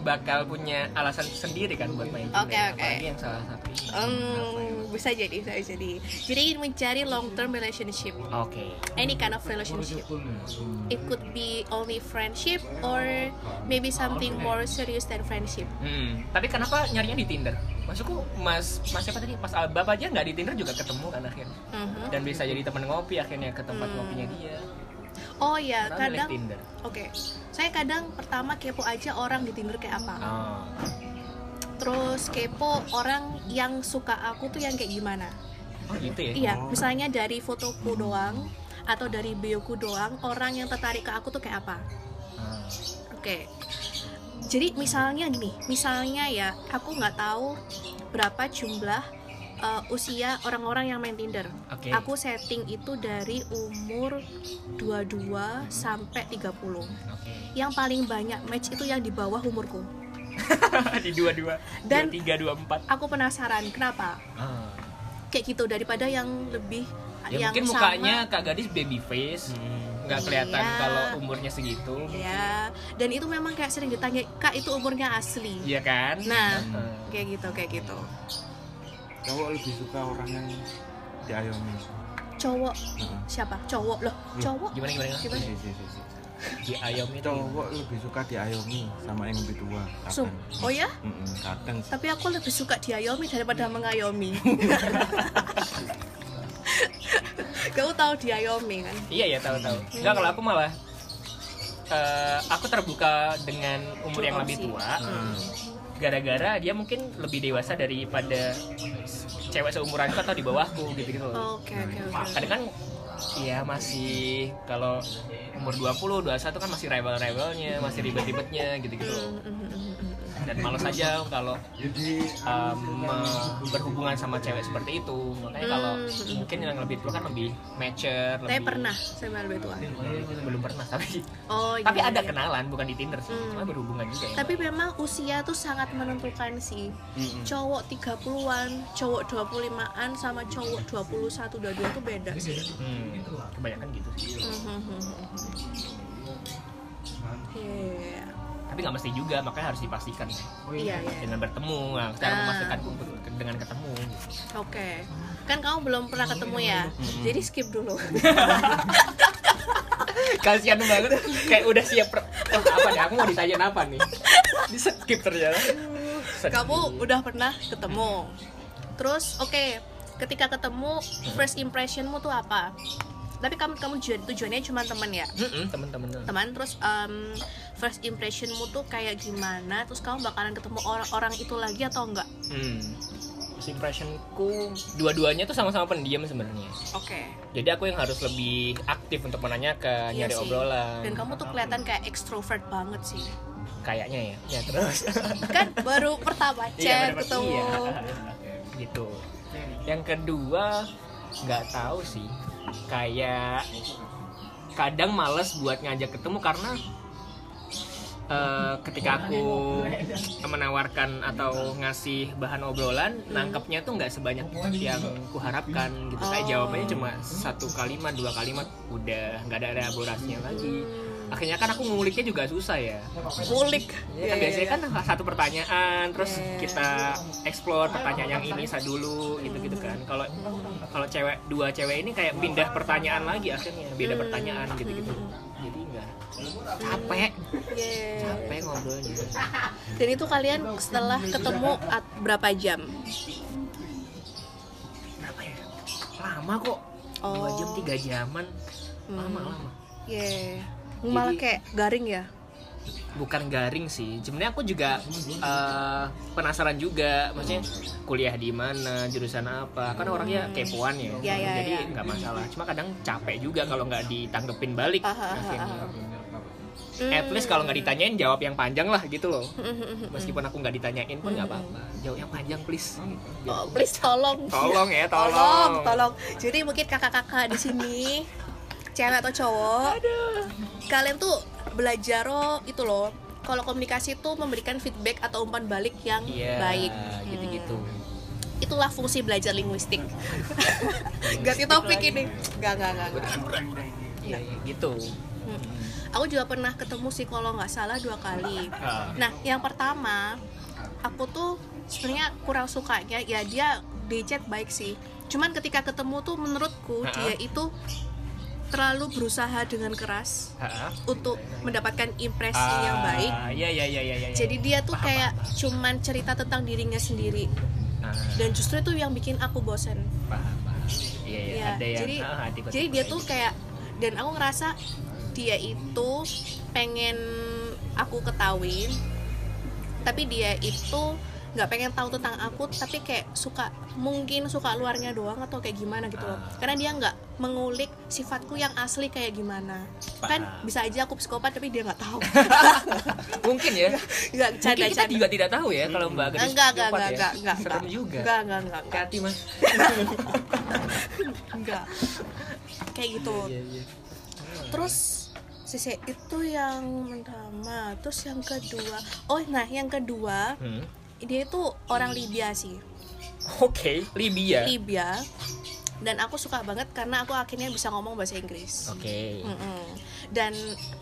Speaker 2: bakal punya alasan sendiri kan buat main Tinder.
Speaker 1: Oke, oke.
Speaker 2: Apalagi yang salah satu. ini. Kenapa ya?
Speaker 1: Hmm, bisa jadi, bisa jadi. Jadi ingin mencari long term relationship,
Speaker 2: Oke.
Speaker 1: any kind of relationship. It could be only friendship or maybe something more serious than friendship.
Speaker 2: Hmm, Tapi kenapa nyarinya di Tinder? Maksudku Mas Mas siapa tadi? Mas Albab aja nggak di Tinder juga ketemu kan akhirnya.
Speaker 1: Mhm.
Speaker 2: Dan bisa jadi teman ngopi akhirnya ke tempat ngopinya dia.
Speaker 1: Oh ya,
Speaker 2: Kenapa milih
Speaker 1: Hmm. kadang
Speaker 2: Tinder.
Speaker 1: Oke, saya kadang pertama kepo aja orang di Tinder kayak apa.
Speaker 2: Oh.
Speaker 1: Terus kepo orang yang suka aku tuh yang kayak gimana.
Speaker 2: Oh gitu ya.
Speaker 1: Iya, misalnya dari fotoku doang atau dari bioku doang, orang yang tertarik ke aku tuh kayak apa.
Speaker 2: Ah.
Speaker 1: Oke. Jadi misalnya gini, misalnya ya, aku nggak tahu berapa jumlah uh, usia orang-orang yang main Tinder.
Speaker 2: Oke.
Speaker 1: Aku setting itu dari umur 22 sampai 30.
Speaker 2: Oke. *laughs*
Speaker 1: Yang paling banyak match itu yang di bawah umurku.
Speaker 2: di dua dua
Speaker 1: Dan-
Speaker 2: dua tiga dua empat
Speaker 1: Aku penasaran kenapa? Kayak gitu daripada yang lebih yang
Speaker 2: ya mungkin
Speaker 1: sama.
Speaker 2: mukanya kak gadis baby face
Speaker 3: Hmm.
Speaker 2: nggak kelihatan
Speaker 1: Iya.
Speaker 2: kalau umurnya segitu
Speaker 1: ya. Dan itu memang kayak sering ditanya, "Kak, itu umurnya asli?"
Speaker 2: iya kan
Speaker 1: Nah,
Speaker 2: Heeh.
Speaker 1: kayak gitu, kayak gitu.
Speaker 3: cowok lebih suka orang yang diayomi
Speaker 1: Cowok
Speaker 3: Heeh.
Speaker 1: siapa? Cowok loh,
Speaker 2: Iya.
Speaker 3: Loh,
Speaker 1: cowok
Speaker 2: gimana gimana,
Speaker 1: Gimana?
Speaker 2: gimana?
Speaker 3: Si, si, si, si.
Speaker 2: di ayam itu
Speaker 3: cowok lebih suka diayomi sama yang lebih tua
Speaker 1: So,
Speaker 3: kadang
Speaker 1: oh ya,
Speaker 3: Mm-mm, kadang sih.
Speaker 1: tapi aku lebih suka diayomi daripada
Speaker 2: Hmm. *laughs*
Speaker 1: mengayomi. Kamu tahu diayomi kan?
Speaker 2: iya ya tahu tahu nggak kalau aku malah eh, aku terbuka dengan umur
Speaker 1: Dua
Speaker 2: yang lebih
Speaker 1: opsi.
Speaker 2: tua
Speaker 3: Heeh.
Speaker 2: gara-gara dia mungkin lebih dewasa daripada cewek seumuranku atau di bawahku gitu gitu
Speaker 1: Oke, oke, oke.
Speaker 2: kadang kan Iya masih kalau umur 20, 21 kan masih rebel-rebelnya, masih ribet-ribetnya gitu-gitu
Speaker 1: Mm,
Speaker 2: loh.
Speaker 1: mm, mm, mm, mm.
Speaker 2: dan malas aja kalau um, me- berhubungan sama cewek seperti itu makanya kalau
Speaker 1: Hmm.
Speaker 2: mungkin yang lebih tua kan lebih mature
Speaker 1: Tapi
Speaker 2: lebih Iya,
Speaker 1: pernah sama lebih tua.
Speaker 2: belum pernah tapi
Speaker 1: Oh, iya,
Speaker 2: tapi ada
Speaker 1: iya.
Speaker 2: kenalan bukan di Tinder sih
Speaker 1: Hmm.
Speaker 2: cuma berhubungan juga ya
Speaker 1: Tapi memang usia tuh sangat menentukan sih.
Speaker 2: Hmm,
Speaker 1: Cowok 30-an, cowok 25-an sama cowok 21 22 tuh beda Hmm, sih.
Speaker 2: Hmm, kebanyakan gitu sih
Speaker 1: Iya.
Speaker 2: tapi nggak mesti juga makanya harus dipastikan ya.
Speaker 1: Iya, iya.
Speaker 2: dengan bertemu nah, sekarang
Speaker 1: Ah.
Speaker 2: memastikan dengan ketemu gitu.
Speaker 1: Oke. Kan kamu belum pernah ketemu ya. Jadi skip
Speaker 2: *laughs*
Speaker 1: dulu.
Speaker 2: kasihan banget kayak udah siap per- Wah, apa nih aku mau ditanyain apa nih di skip ternyata Sedih.
Speaker 1: Kamu udah pernah ketemu. Terus oke, ketika ketemu first impressionmu tuh apa? Tapi kamu kamu ju- tujuannya cuma teman ya.
Speaker 2: Mm-mm, temen-temen
Speaker 1: Teman terus em, first impressionmu tuh kayak gimana? Terus kamu bakalan ketemu orang-orang itu lagi atau enggak?
Speaker 2: Hmm. First impressionku dua-duanya tuh sama-sama pendiam sebenarnya.
Speaker 1: Oke.
Speaker 2: Jadi aku yang harus lebih aktif untuk menanyakan,
Speaker 1: Iya
Speaker 2: nyari
Speaker 1: sih.
Speaker 2: obrolan.
Speaker 1: Dan kamu tuh kelihatan kayak extrovert banget sih.
Speaker 2: kayaknya ya ya terus
Speaker 1: kan baru pertama chat
Speaker 2: Iya, bener-bener.
Speaker 1: ketemu
Speaker 2: Iya. gitu yang kedua nggak tahu sih kayak kadang males buat ngajak ketemu karena eh, ketika aku menawarkan atau ngasih bahan obrolan nangkepnya tuh nggak sebanyak yang kuharapkan gitu kayak jawabannya cuma satu kalimat dua kalimat udah nggak ada elaborasinya lagi akhirnya kan aku nguliknya juga susah ya
Speaker 1: ngulik
Speaker 2: Ya, kan
Speaker 1: Iya,
Speaker 2: biasanya
Speaker 1: iya,
Speaker 2: kan satu pertanyaan terus
Speaker 1: Iya, iya.
Speaker 2: kita explore pertanyaan yang ini sa dulu gitu-gitu kan. Kalau kalau cewek dua cewek ini kayak pindah pertanyaan lagi akhirnya beda
Speaker 1: Hmm.
Speaker 2: pertanyaan gitu-gitu. Jadi enggak capek,
Speaker 1: iya.
Speaker 2: capek ngobrolnya.
Speaker 1: dan itu kalian setelah ketemu at- berapa jam
Speaker 2: Berapa ya? Lama kok. Dua
Speaker 1: Oh.
Speaker 2: jam tiga jaman. Lama
Speaker 1: Hmm.
Speaker 2: lama.
Speaker 1: Iya. malah
Speaker 2: Jadi-
Speaker 1: kayak garing ya
Speaker 2: bukan garing sih sebenarnya aku juga eh, penasaran juga maksudnya kuliah di mana jurusan apa kan orangnya kepoan ya,
Speaker 1: Ya, ya,
Speaker 2: jadi
Speaker 1: ya.
Speaker 2: nggak masalah cuma kadang capek juga kalau nggak ditanggepin balik
Speaker 1: Aha, aha,
Speaker 2: akhirnya.
Speaker 1: aha.
Speaker 2: Iya,
Speaker 1: ah,
Speaker 2: at least kalau nggak ditanyain jawab yang panjang lah gitu loh
Speaker 1: Hmm.
Speaker 2: meskipun aku nggak ditanyain pun nggak apa-apa jawab yang panjang please
Speaker 1: *laughs*
Speaker 2: Gitu.
Speaker 1: Oh, please *laughs* tolong
Speaker 2: tolong ya
Speaker 1: tolong
Speaker 2: tolong
Speaker 1: tolong jadi mungkin kakak-kakak di sini cewek atau cowok kalian tuh belajar oh, itu loh kalau komunikasi itu memberikan feedback atau umpan balik yang
Speaker 2: Iya,
Speaker 1: baik
Speaker 2: gitu-gitu
Speaker 1: Hmm. itulah fungsi belajar
Speaker 2: *laughs*
Speaker 1: linguistik ganti topik ini nggak nggak nggak nggak.
Speaker 2: Iya, iya, gitu
Speaker 1: Hmm. aku juga pernah ketemu sih kalau nggak salah dua kali
Speaker 2: Ah.
Speaker 1: Nah, yang pertama aku tuh sebenarnya kurang sukanya ya dia di chat baik sih. Cuman ketika ketemu tuh menurutku
Speaker 2: Ha-ha.
Speaker 1: dia itu terlalu berusaha dengan keras
Speaker 2: Ah,
Speaker 1: untuk mendapatkan impresi yang
Speaker 2: ah,
Speaker 1: baik.
Speaker 2: iya iya iya iya iya.
Speaker 1: Jadi dia tuh
Speaker 2: Paham,
Speaker 1: kayak
Speaker 2: paham.
Speaker 1: cuman cerita tentang dirinya sendiri
Speaker 2: Ah,
Speaker 1: dan justru itu yang bikin aku bosen.
Speaker 2: paham, paham. Iya, iya,
Speaker 1: Ya,
Speaker 2: ada yang
Speaker 1: jadi
Speaker 2: ah, tiba-tiba
Speaker 1: jadi dia
Speaker 2: kayak
Speaker 1: tuh *laughs*
Speaker 2: gitu.
Speaker 1: kayak dan aku ngerasa dia itu pengen aku ketahuin tapi dia itu nggak pengen tahu tentang aku tapi kayak suka mungkin suka luarnya doang atau kayak gimana gitu loh
Speaker 2: Ah.
Speaker 1: karena dia nggak mengulik sifatku yang asli kayak gimana kan
Speaker 2: Paham.
Speaker 1: bisa aja aku psikopat tapi dia nggak
Speaker 2: *laughs*
Speaker 1: tahu
Speaker 2: mungkin ya.
Speaker 1: nggak
Speaker 2: Mungkin
Speaker 1: canda
Speaker 2: kita
Speaker 1: canda
Speaker 2: juga tidak tahu ya kalau Mbak Gadis
Speaker 1: enggak enggak enggak
Speaker 2: psikopat ya.
Speaker 1: enggak enggak
Speaker 2: Serem juga.
Speaker 1: enggak enggak enggak enggak
Speaker 2: Hati-hati, Mas. *laughs*
Speaker 1: enggak kayak gitu
Speaker 2: Iya, iya.
Speaker 1: terus sisi itu yang pertama terus yang kedua oh nah yang kedua
Speaker 2: Hmm.
Speaker 1: dia itu orang Libya sih
Speaker 2: Oke, Libya.
Speaker 1: Libya dan aku suka banget karena aku akhirnya bisa ngomong bahasa Inggris
Speaker 2: Oke.
Speaker 1: Mm-mm. dan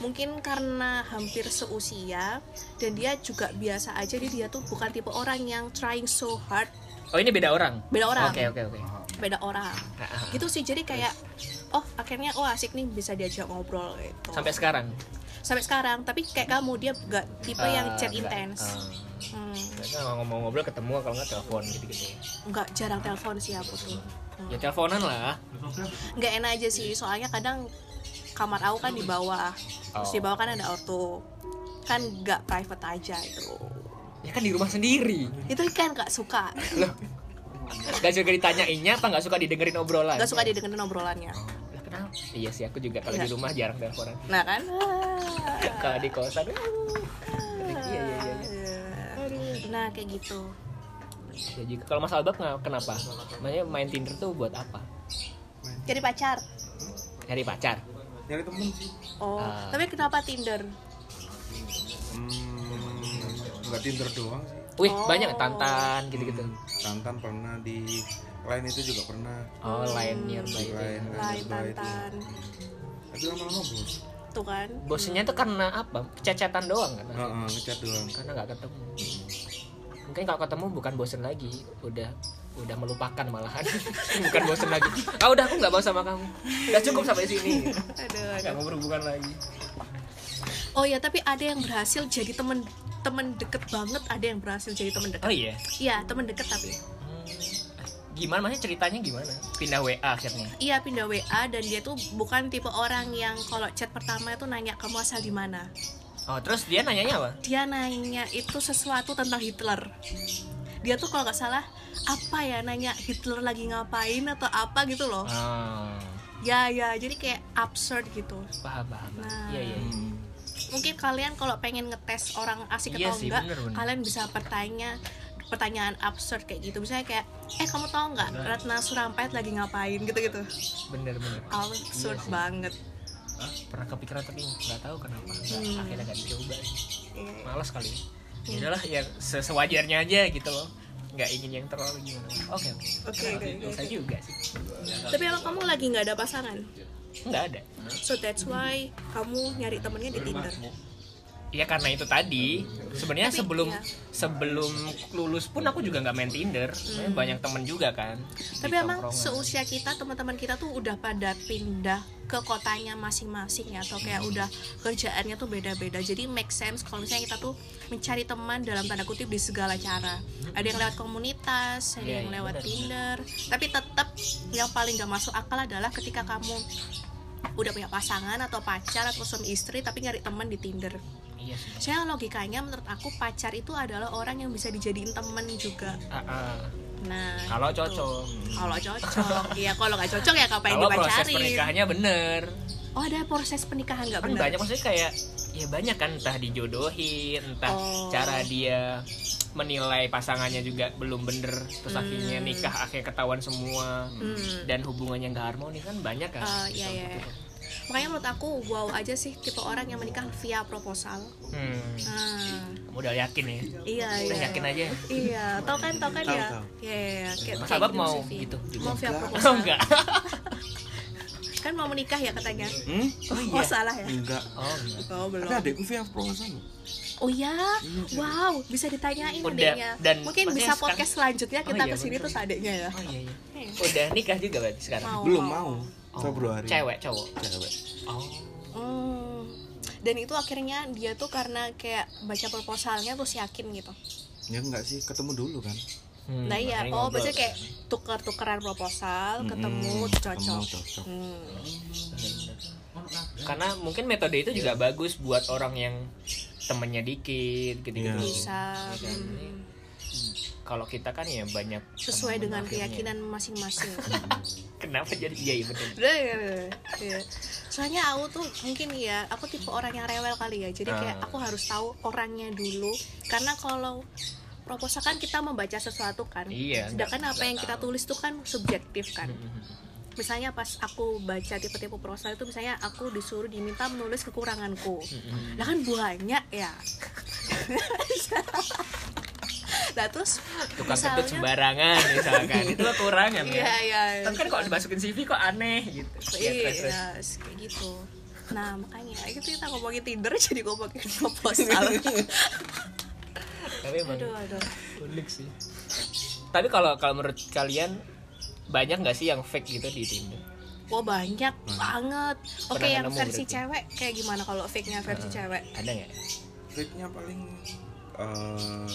Speaker 1: mungkin karena hampir seusia dan dia juga biasa aja jadi dia tuh bukan tipe orang yang trying so hard
Speaker 2: Oh, ini beda orang.
Speaker 1: beda orang
Speaker 2: Oke, oke, oke.
Speaker 1: beda orang
Speaker 2: Ah, ah.
Speaker 1: gitu sih jadi kayak oh akhirnya oh asik nih bisa diajak ngobrol gitu
Speaker 2: Sampai sekarang.
Speaker 1: sampai sekarang tapi kayak kamu dia gak tipe yang
Speaker 2: Ah,
Speaker 1: chat
Speaker 2: enggak.
Speaker 1: intens hmm,
Speaker 2: Ah, enggak, kalau ngomong ngobrol ketemu kalau nggak telepon gitu-gitu ya.
Speaker 1: nggak jarang telepon sih aku tuh
Speaker 2: Ya teleponan lah.
Speaker 1: nggak enak aja sih soalnya kadang kamar aku kan di bawah terus
Speaker 2: Oh.
Speaker 1: di bawah kan ada ortu kan nggak private aja itu
Speaker 2: Ya kan di rumah sendiri.
Speaker 1: itu kan nggak suka
Speaker 2: Loh. Gak suka ditanyainnya apa gak suka didengerin obrolan?
Speaker 1: nggak suka didengerin obrolannya
Speaker 2: Lah, kenapa? Iya sih aku juga kalau di
Speaker 1: Iya.
Speaker 2: rumah jarang teleponan.
Speaker 1: nah kan
Speaker 2: Kalau di kosan. uh, *laughs* Iya iya iya.
Speaker 1: nah kayak gitu
Speaker 2: Ya juga kalau Mas Albab nggak- kenapa? Makanya main Tinder tuh buat apa?
Speaker 1: jadi pacar
Speaker 2: Nyari pacar.
Speaker 3: nyari temen sih
Speaker 1: oh
Speaker 2: Ah.
Speaker 1: tapi kenapa Tinder
Speaker 3: hmm, nggak tinder doang sih
Speaker 2: Wih,
Speaker 1: Oh.
Speaker 2: banyak tantan gitu-gitu.
Speaker 3: Hmm, Tantan pernah di lain itu juga pernah
Speaker 2: Oh, lain nearby
Speaker 3: di
Speaker 2: itu.
Speaker 3: lain
Speaker 1: lain
Speaker 3: Tantan
Speaker 1: tantan
Speaker 3: tapi lama-lama bos
Speaker 1: tuh kan
Speaker 2: Bosennya tuh karena apa? Cacatan doang kan.
Speaker 3: Heeh, ngechat doang
Speaker 2: Karena nggak ketemu. Mungkin kalau ketemu bukan bosen lagi, udah udah melupakan malahan. *laughs* bukan bosen lagi. Ah udah aku nggak mau sama kamu. Udah cukup sampai sini.
Speaker 1: aduh, aduh.
Speaker 2: Nggak mau berhubungan lagi.
Speaker 1: Oh ya, tapi ada yang berhasil jadi temen temen deket banget, ada yang berhasil jadi temen deket.
Speaker 2: Oh iya.
Speaker 1: Iya, temen deket tapi.
Speaker 2: Hmm. Gimana maksudnya ceritanya gimana? Pindah WA akhirnya.
Speaker 1: Iya pindah WA dan dia tuh bukan tipe orang yang kalau chat pertama itu nanya kamu asal di mana.
Speaker 2: Oh, terus dia nanyanya apa?
Speaker 1: Dia nanya itu sesuatu tentang Hitler. Dia tuh kalau nggak salah apa ya nanya Hitler lagi ngapain atau apa gitu loh.
Speaker 2: Ah,
Speaker 1: Ya ya, jadi kayak absurd gitu.
Speaker 2: paham paham.
Speaker 1: Nah.
Speaker 2: Iya iya. iya.
Speaker 1: mungkin kalian kalau pengen ngetes orang asik
Speaker 2: Iya
Speaker 1: atau
Speaker 2: sih,
Speaker 1: enggak
Speaker 2: bener, bener.
Speaker 1: kalian bisa bertanya pertanyaan absurd kayak gitu misalnya kayak eh kamu tahu nggak Ratna Surampait lagi ngapain gitu-gitu
Speaker 2: bener-bener
Speaker 1: absurd
Speaker 2: Iya sih.
Speaker 1: banget
Speaker 2: pernah kepikiran tapi nggak tahu kenapa Nggak-
Speaker 1: Hmm.
Speaker 2: akhirnya nggak dicoba sih.
Speaker 1: Iya.
Speaker 2: malas kali ya udahlah ya se- sewajarnya aja gitu loh nggak ingin yang terlalu gimana oke oke
Speaker 1: oke oke oke.
Speaker 2: bisa juga sih
Speaker 1: tapi emang kamu lagi nggak ada pasangan
Speaker 2: nggak ada
Speaker 1: so that's why kamu nyari temennya di Tinder
Speaker 2: ya karena itu tadi sebenarnya
Speaker 1: Tapi,
Speaker 2: sebelum
Speaker 1: iya.
Speaker 2: sebelum lulus pun aku juga nggak main Tinder Soalnya banyak temen juga kan di
Speaker 1: Hmm. tapi emang
Speaker 2: tongkrongan.
Speaker 1: seusia kita teman-teman kita tuh udah pada pindah ke kotanya masing-masing ya atau kayak udah kerjaannya tuh beda-beda jadi make sense kalau misalnya kita tuh mencari teman dalam tanda kutip di segala cara ada yang lewat komunitas ada
Speaker 2: Iya,
Speaker 1: yang
Speaker 2: iya,
Speaker 1: lewat
Speaker 2: benar.
Speaker 1: tinder tapi tetap yang paling gak masuk akal adalah ketika kamu udah punya pasangan atau pacar atau suami istri tapi nyari teman di tinder
Speaker 2: iya sih
Speaker 1: saya logikanya menurut aku pacar itu adalah orang yang bisa dijadiin teman juga
Speaker 2: Ah, ah.
Speaker 1: nah
Speaker 2: kalau
Speaker 1: gitu.
Speaker 2: cocok
Speaker 1: kalau cocok *laughs* ya kalau nggak cocok ya ngapain
Speaker 2: kalau proses
Speaker 1: dipacarin
Speaker 2: pernikahannya bener
Speaker 1: oh ada proses pernikahan nggak
Speaker 2: kan
Speaker 1: benar
Speaker 2: banyak maksudnya kayak ya banyak kan entah dijodohin entah
Speaker 1: Oh.
Speaker 2: cara dia menilai pasangannya juga belum bener terus
Speaker 1: Hmm.
Speaker 2: akhirnya nikah akhirnya ketahuan semua
Speaker 1: Hmm.
Speaker 2: dan hubungannya nggak harmoni kan banyak kan
Speaker 1: Oh, iya, iya. makanya menurut aku wow aja sih tipe orang yang menikah via proposal
Speaker 2: Hmm,
Speaker 1: nah,
Speaker 2: udah yakin ya
Speaker 1: iya
Speaker 2: udah
Speaker 1: iya
Speaker 2: yakin aja ya?
Speaker 1: iya tau kan tau kan
Speaker 3: Tahu,
Speaker 1: ya
Speaker 3: tahu.
Speaker 1: Iya, iya iya. Kayak-
Speaker 2: Mas
Speaker 1: kayak
Speaker 2: Abab
Speaker 1: gitu
Speaker 2: mau
Speaker 1: sih, Vi.
Speaker 2: gitu juga?
Speaker 1: mau via
Speaker 3: Enggak.
Speaker 2: *laughs*
Speaker 1: proposal
Speaker 2: enggak
Speaker 1: kan mau menikah ya katanya
Speaker 3: Hmm?
Speaker 2: oh
Speaker 1: oh
Speaker 2: iya
Speaker 1: salah ya
Speaker 3: Enggak.
Speaker 2: oh enggak.
Speaker 1: oh
Speaker 3: Tapi
Speaker 1: belum
Speaker 3: adekku via proposal. loh.
Speaker 1: oh ya
Speaker 3: Iya, iya.
Speaker 1: wow bisa ditanyain
Speaker 2: Udah,
Speaker 1: adeknya
Speaker 2: dan
Speaker 1: mungkin
Speaker 2: maksudnya
Speaker 1: bisa
Speaker 2: sekarang-
Speaker 1: podcast selanjutnya
Speaker 2: Oh,
Speaker 1: kita
Speaker 2: iya,
Speaker 1: kesini
Speaker 2: bener.
Speaker 1: terus adeknya ya
Speaker 2: oh iya iya udah nikah juga berarti sekarang
Speaker 1: Mau,
Speaker 3: Belum mau.
Speaker 2: Oh,
Speaker 3: Februari.
Speaker 2: cewek cowok
Speaker 3: Cewek.
Speaker 2: oh
Speaker 1: Hmm. Dan itu akhirnya dia tuh karena kayak baca proposalnya terus yakin gitu.
Speaker 3: Ya enggak sih, ketemu dulu kan.
Speaker 2: Hmm,
Speaker 1: nah iya,
Speaker 2: makanya
Speaker 1: oh
Speaker 2: ngobrol. kan. Hmm,
Speaker 1: biasanya kayak tuker-tukeran proposal,
Speaker 3: Mm-mm,
Speaker 1: Eh, ketemu cocok.
Speaker 3: ketemu cocok.
Speaker 1: Hmm.
Speaker 2: karena mungkin metode itu juga bagus buat orang yang temennya dikit gitu gitu
Speaker 3: Iya.
Speaker 1: Bisa hmm.
Speaker 2: kalau kita kan ya banyak
Speaker 1: sesuai
Speaker 2: temen
Speaker 1: dengan
Speaker 2: akhirnya.
Speaker 1: keyakinan masing-masing. *laughs*
Speaker 2: kenapa jadi iya iya *laughs* betul
Speaker 1: Udah, ya, udah, ya. Soalnya aku tuh mungkin ya, aku tipe orang yang rewel kali ya. Jadi kayak
Speaker 2: Ah.
Speaker 1: aku harus tahu orangnya dulu karena kalau proposal kan kita membaca sesuatu kan.
Speaker 2: Iya, nggak-
Speaker 1: Sedangkan apa
Speaker 2: nggak
Speaker 1: yang kita
Speaker 2: tahu.
Speaker 1: tulis tuh kan subjektif kan. misalnya pas aku baca tipe-tipe proposal itu misalnya aku disuruh diminta menulis kekuranganku nah kan banyak ya nah terus
Speaker 2: tukang kentut sembarangan misalkan itu kekurangan
Speaker 1: iya
Speaker 2: ya
Speaker 1: iya
Speaker 2: tapi kan kalau dimasukin CV kok aneh gitu
Speaker 1: iya
Speaker 2: Ya, terus, terus.
Speaker 1: yes, kayak gitu nah makanya itu kita ngomongin tinder *laughs* jadi ngomongin
Speaker 2: *laughs*
Speaker 1: proposal
Speaker 2: tapi emang
Speaker 1: aduh aduh
Speaker 2: unik sih tapi kalau kalau menurut kalian banyak nggak sih yang fake gitu di Tinder
Speaker 1: Wah banyak banget. Oke
Speaker 2: Pernah
Speaker 1: yang
Speaker 2: nemu
Speaker 1: versi
Speaker 2: berarti?
Speaker 1: cewek kayak gimana kalau fake-nya versi cewek?
Speaker 2: ada nggak
Speaker 3: Fake-nya paling eh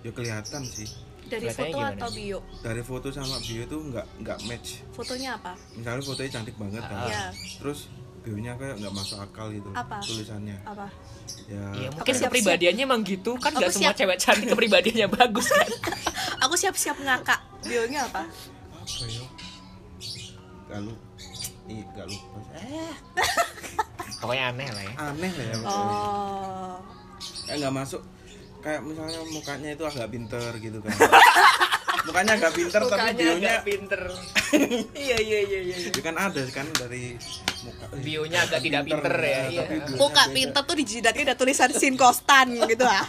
Speaker 3: ya kelihatan sih.
Speaker 1: Dari
Speaker 2: Kelihatannya
Speaker 1: foto
Speaker 2: gimana?
Speaker 1: atau bio?
Speaker 3: Dari foto sama bio itu enggak enggak match.
Speaker 1: Fotonya apa?
Speaker 3: Misalnya fotonya cantik banget kan.
Speaker 1: Iya.
Speaker 3: Terus bio-nya kayak enggak masuk akal gitu loh,
Speaker 1: Apa?
Speaker 3: tulisannya.
Speaker 1: Apa?
Speaker 3: Ya,
Speaker 2: Iya mungkin
Speaker 1: siap-siap?
Speaker 2: kepribadiannya emang gitu kan nggak
Speaker 1: Aku
Speaker 2: semua
Speaker 1: siap.
Speaker 2: cewek cantik kepribadiannya bagus kan
Speaker 1: Aku siap-siap ngakak. Bionya apa?
Speaker 3: apa ya? Enggak lu. Ih, enggak lupa. Eh,
Speaker 2: pokoknya aneh lah ya
Speaker 3: aneh lah ya. pokoknya.
Speaker 1: Oh.
Speaker 3: kayak nggak masuk kayak misalnya mukanya itu agak pinter gitu
Speaker 1: *laughs*
Speaker 3: kan mukanya agak pinter tapi bionya
Speaker 2: agak pinter iya iya iya iya
Speaker 3: ya kan ada kan dari muka eh,
Speaker 2: Bionya agak tidak pinter ya,
Speaker 3: nah,
Speaker 2: iya.
Speaker 3: tapi bionya
Speaker 1: Muka
Speaker 3: beda.
Speaker 1: pinter tuh di jidatnya ada tulisan sin kostan gitu ah.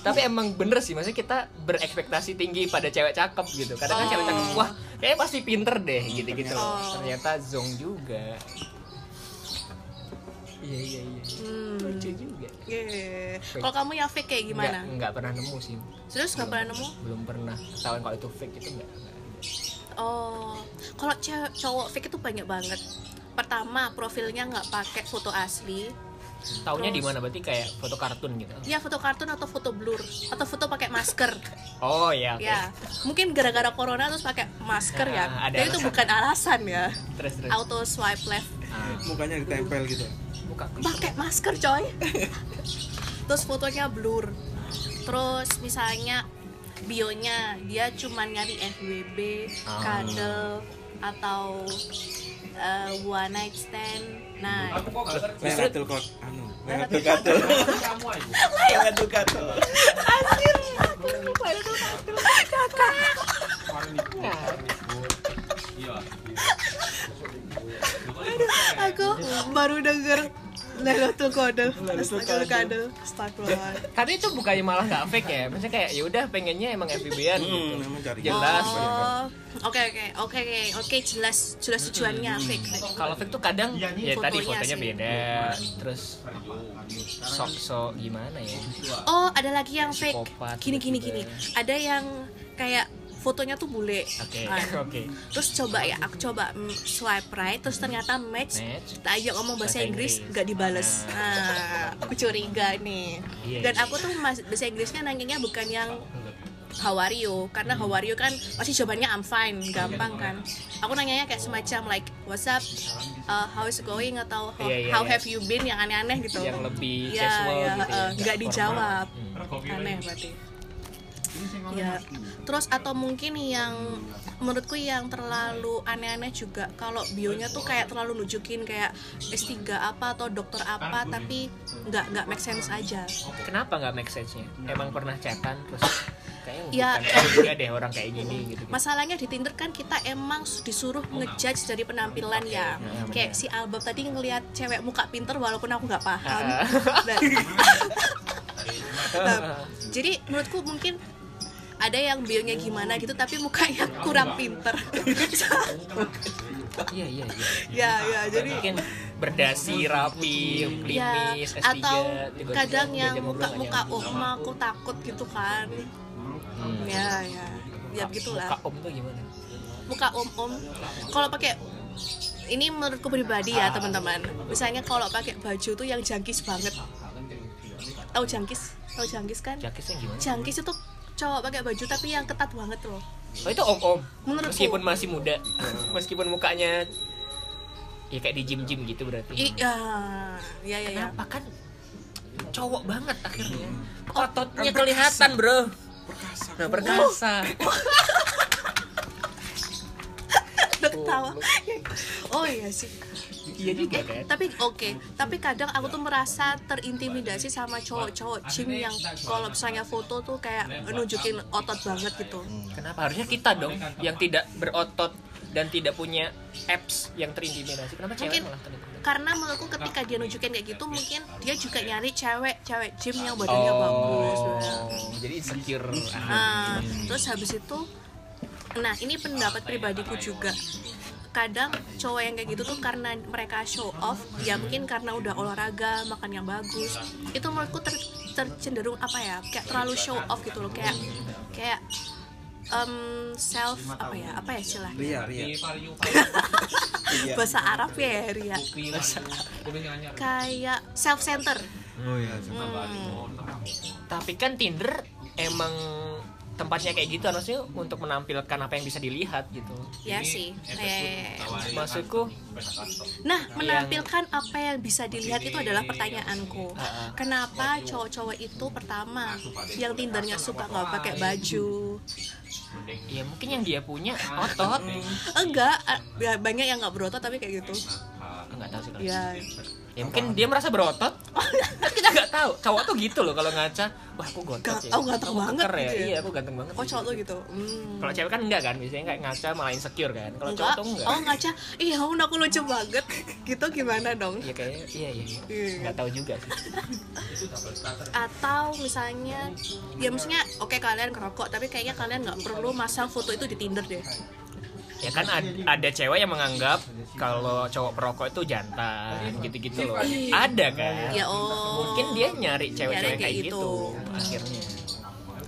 Speaker 2: tapi emang bener sih maksudnya kita berekspektasi tinggi pada cewek cakep gitu karena kan
Speaker 1: Oh.
Speaker 2: cewek cakep wah kayaknya pasti pinter deh gitu gitu
Speaker 1: Oh.
Speaker 2: ternyata zong juga iya iya iya
Speaker 1: Hmm.
Speaker 2: lucu juga
Speaker 1: Yeah. Kalau kamu yang fake kayak gimana?
Speaker 2: Nggak- nggak pernah nemu sih
Speaker 1: Terus nggak pernah nemu?
Speaker 2: belum pernah ketahuan kalau itu fake itu nggak nggak ada.
Speaker 1: Oh, kalau cewek cowok fake itu banyak banget. Pertama profilnya nggak pakai foto asli,
Speaker 2: Taunya di
Speaker 1: Terus-
Speaker 2: mana berarti kayak foto kartun gitu.
Speaker 1: ya foto kartun atau foto blur atau foto pakai masker.
Speaker 2: Oh ya. oke.
Speaker 1: Ya, mungkin gara-gara corona terus pakai masker ya.
Speaker 2: Ah, ada
Speaker 1: Jadi itu
Speaker 2: alasan.
Speaker 1: bukan alasan ya.
Speaker 2: Terus terus.
Speaker 1: Auto swipe left
Speaker 2: Ah,
Speaker 3: mukanya ditempel gitu
Speaker 2: buka.
Speaker 1: pakai masker coy *laughs* terus fotonya blur terus misalnya bionya dia cuman nyari FWB,
Speaker 2: Ah.
Speaker 1: kadel atau eh, one night stand Nah,
Speaker 4: Aku kok gak ngerti.
Speaker 3: Lelatul kot anu. Lelatul
Speaker 5: Katul.
Speaker 4: Kamu aja.
Speaker 5: Katul katul.
Speaker 1: anjir, aku baru tuh kakak.
Speaker 4: Kemarin di gua. Iya.
Speaker 1: Aku baru denger Lailatul Qadar.
Speaker 5: Lailatul
Speaker 1: Lailatul
Speaker 5: Qadar.
Speaker 1: Qadar. Astagfirullah.
Speaker 2: Tapi itu bukannya malah nggak fake ya? Maksudnya kayak ya udah pengennya emang FBB-an gitu.
Speaker 3: Hmm, emang cari.
Speaker 2: Jelas.
Speaker 1: Oh, Oke oke oke oke oke jelas jelas tujuannya fake.
Speaker 2: Kalau fake tuh kadang ya, tadi
Speaker 1: Iya, Fotonya
Speaker 2: fotonya
Speaker 1: sih.
Speaker 2: beda, terus sok-sok gimana ya?
Speaker 1: Oh ada lagi yang fake.
Speaker 2: Psikopat
Speaker 1: Gini gini gini.
Speaker 2: tiba-tiba. ya.
Speaker 1: Ada yang kayak fotonya tuh bule.
Speaker 2: Oke,
Speaker 1: kan.
Speaker 2: *laughs* oke.
Speaker 1: Terus coba ya aku coba mm, swipe right terus ternyata match.
Speaker 2: Match.
Speaker 1: Kita aja ngomong bahasa
Speaker 2: Bahasa
Speaker 1: Inggris
Speaker 2: Inggris. Ah.
Speaker 1: nggak dibales. Nah, aku curiga nih.
Speaker 2: Iya,
Speaker 1: Dan
Speaker 2: iya.
Speaker 1: aku tuh mas- bahasa Inggrisnya nanyanya bukan yang how are you karena
Speaker 2: Hmm.
Speaker 1: how are you kan pasti jawabannya I'm fine
Speaker 2: Iya,
Speaker 1: gampang kan aku nanyanya kayak semacam like what's up uh, how is going atau how,
Speaker 2: gitu." Iya, iya,
Speaker 1: how
Speaker 2: iya.
Speaker 1: have you been yang aneh-aneh gitu
Speaker 2: Yang lebih
Speaker 1: Iya,
Speaker 2: casual
Speaker 1: iya,
Speaker 2: gitu. ya,
Speaker 1: eh, nggak
Speaker 2: formal.
Speaker 1: dijawab
Speaker 2: Hmm.
Speaker 1: aneh berarti ya terus atau mungkin yang menurutku yang terlalu aneh-aneh juga kalau bionya tuh kayak terlalu nunjukin kayak S3 apa atau dokter apa tapi nggak nggak make sense aja
Speaker 2: Kenapa nggak make sense-nya? Emang pernah chatan terus kayaknya
Speaker 1: Iya.
Speaker 2: bukan dia deh orang kayak gini gitu. gitu.
Speaker 1: Masalahnya di Tinder kan kita emang disuruh ngejudge dari penampilan
Speaker 2: Iya,
Speaker 1: ya. Kayak si Albab tadi ngelihat cewek muka pinter walaupun aku nggak paham. *laughs* Nah,
Speaker 2: Iya,
Speaker 1: nah, jadi menurutku mungkin ada yang bionya gimana gitu tapi mukanya kurang pinter. *laughs*
Speaker 2: Iya, iya, iya.
Speaker 1: ya ya jadi
Speaker 2: Mungkin berdasi rapi,
Speaker 1: ya
Speaker 2: klimis, S3,
Speaker 1: atau
Speaker 2: tiba-tiba
Speaker 1: kadang yang
Speaker 2: diajak ngobrol
Speaker 1: muka
Speaker 2: nggak
Speaker 1: muka
Speaker 2: nyambung.
Speaker 1: oh ma, aku takut gitu kan.
Speaker 2: Hmm. Iya.
Speaker 1: Ya ya ya begitulah.
Speaker 2: Muka om tuh gimana?
Speaker 1: muka om-om kalau pakai ini menurutku pribadi ya teman-teman misalnya kalau pakai baju tuh yang jangkis banget tahu jangkis tahu jangkis kan
Speaker 2: Jakisnya gimana?
Speaker 1: jangkis itu cowok pakai baju tapi yang ketat banget loh
Speaker 2: Oh itu om-om.
Speaker 1: Menurutku.
Speaker 2: Meskipun masih muda, meskipun mukanya ya kayak di gym-gym gitu berarti.
Speaker 1: iya ya ya ya
Speaker 2: Kenapa kan cowok banget akhirnya. Hmm. Ototnya kelihatan, Bro.
Speaker 3: Perkasa.
Speaker 2: Nah, perkasa.
Speaker 1: udah *laughs* ketawa oh iya sih
Speaker 2: Iya juga
Speaker 1: Eh, tapi oke tapi kadang aku tuh merasa terintimidasi sama cowok-cowok gym yang kalau misalnya foto tuh kayak nunjukin otot banget gitu
Speaker 2: Kenapa harusnya kita dong yang tidak berotot dan tidak punya apps yang terintimidasi? Kenapa cewek
Speaker 1: Mungkin-
Speaker 2: malah terintimidasi?
Speaker 1: karena menurutku ketika dia nunjukin kayak gitu mungkin dia juga nyari cewek cewek gym yang badannya bagus
Speaker 2: Oh,
Speaker 1: nah.
Speaker 2: jadi insecure.
Speaker 1: Nah, terus habis itu nah ini pendapat pribadiku juga kadang cowok yang kayak gitu tuh karena mereka show off ya mungkin karena udah olahraga makan yang bagus itu menurutku ter, tercenderung apa ya kayak terlalu show off gitu loh kayak kayak em, self apa ya apa ya istilahnya
Speaker 3: Ria, ria.
Speaker 5: Iya.
Speaker 1: bahasa Arab ya Ria kayak self center
Speaker 3: Oh iya. sama.
Speaker 2: Tapi kan Tinder emang tempatnya kayak gitu harusnya untuk menampilkan apa yang bisa dilihat gitu.
Speaker 1: Ya sih. Eh,
Speaker 2: Maksudku
Speaker 1: Nah, menampilkan apa yang bisa dilihat itu adalah pertanyaanku.
Speaker 2: Ah, ah.
Speaker 1: Kenapa cowok-cowok itu pertama yang tindernya suka nggak pakai baju?
Speaker 2: ya mungkin yang dia punya otot.
Speaker 1: Enggak, eh, ya banyak yang nggak berotot tapi kayak gitu.
Speaker 2: Enggak tahu sih. kalau-
Speaker 1: Ya,
Speaker 2: Ya mungkin dia merasa berotot. *laughs* Kan kita nggak tahu. Cowok tuh gitu loh kalau ngaca, wah aku gotot
Speaker 1: Ga- oh, ganteng
Speaker 2: Aku
Speaker 1: banget
Speaker 2: keker ya.
Speaker 1: gitu ya.
Speaker 2: Iya, aku ganteng banget.
Speaker 1: kok cowok tuh gitu? Hmm.
Speaker 2: Kalau cewek kan enggak kan, biasanya kayak ngaca malah insecure kan. Kalau cowok
Speaker 1: Enggak.
Speaker 2: tuh enggak.
Speaker 1: Oh, ngaca. Ih, ya ampun, aku lucu banget. *laughs* Gitu gimana dong?
Speaker 2: Iya kayaknya iya iya. iya.
Speaker 1: Iya.
Speaker 2: Enggak tahu juga sih.
Speaker 1: atau misalnya ya maksudnya oke kalian ngerokok tapi kayaknya kalian nggak perlu masang foto itu di Tinder deh
Speaker 2: Ya kan ad- ada cewek yang menganggap kalau cowok perokok itu jantan gitu-gitu loh. Ada kan?
Speaker 1: ya oh
Speaker 2: Mungkin dia nyari
Speaker 1: Nyari
Speaker 2: cewek-cewek
Speaker 1: kayak
Speaker 2: kayak gitu
Speaker 1: gitu.
Speaker 2: akhirnya.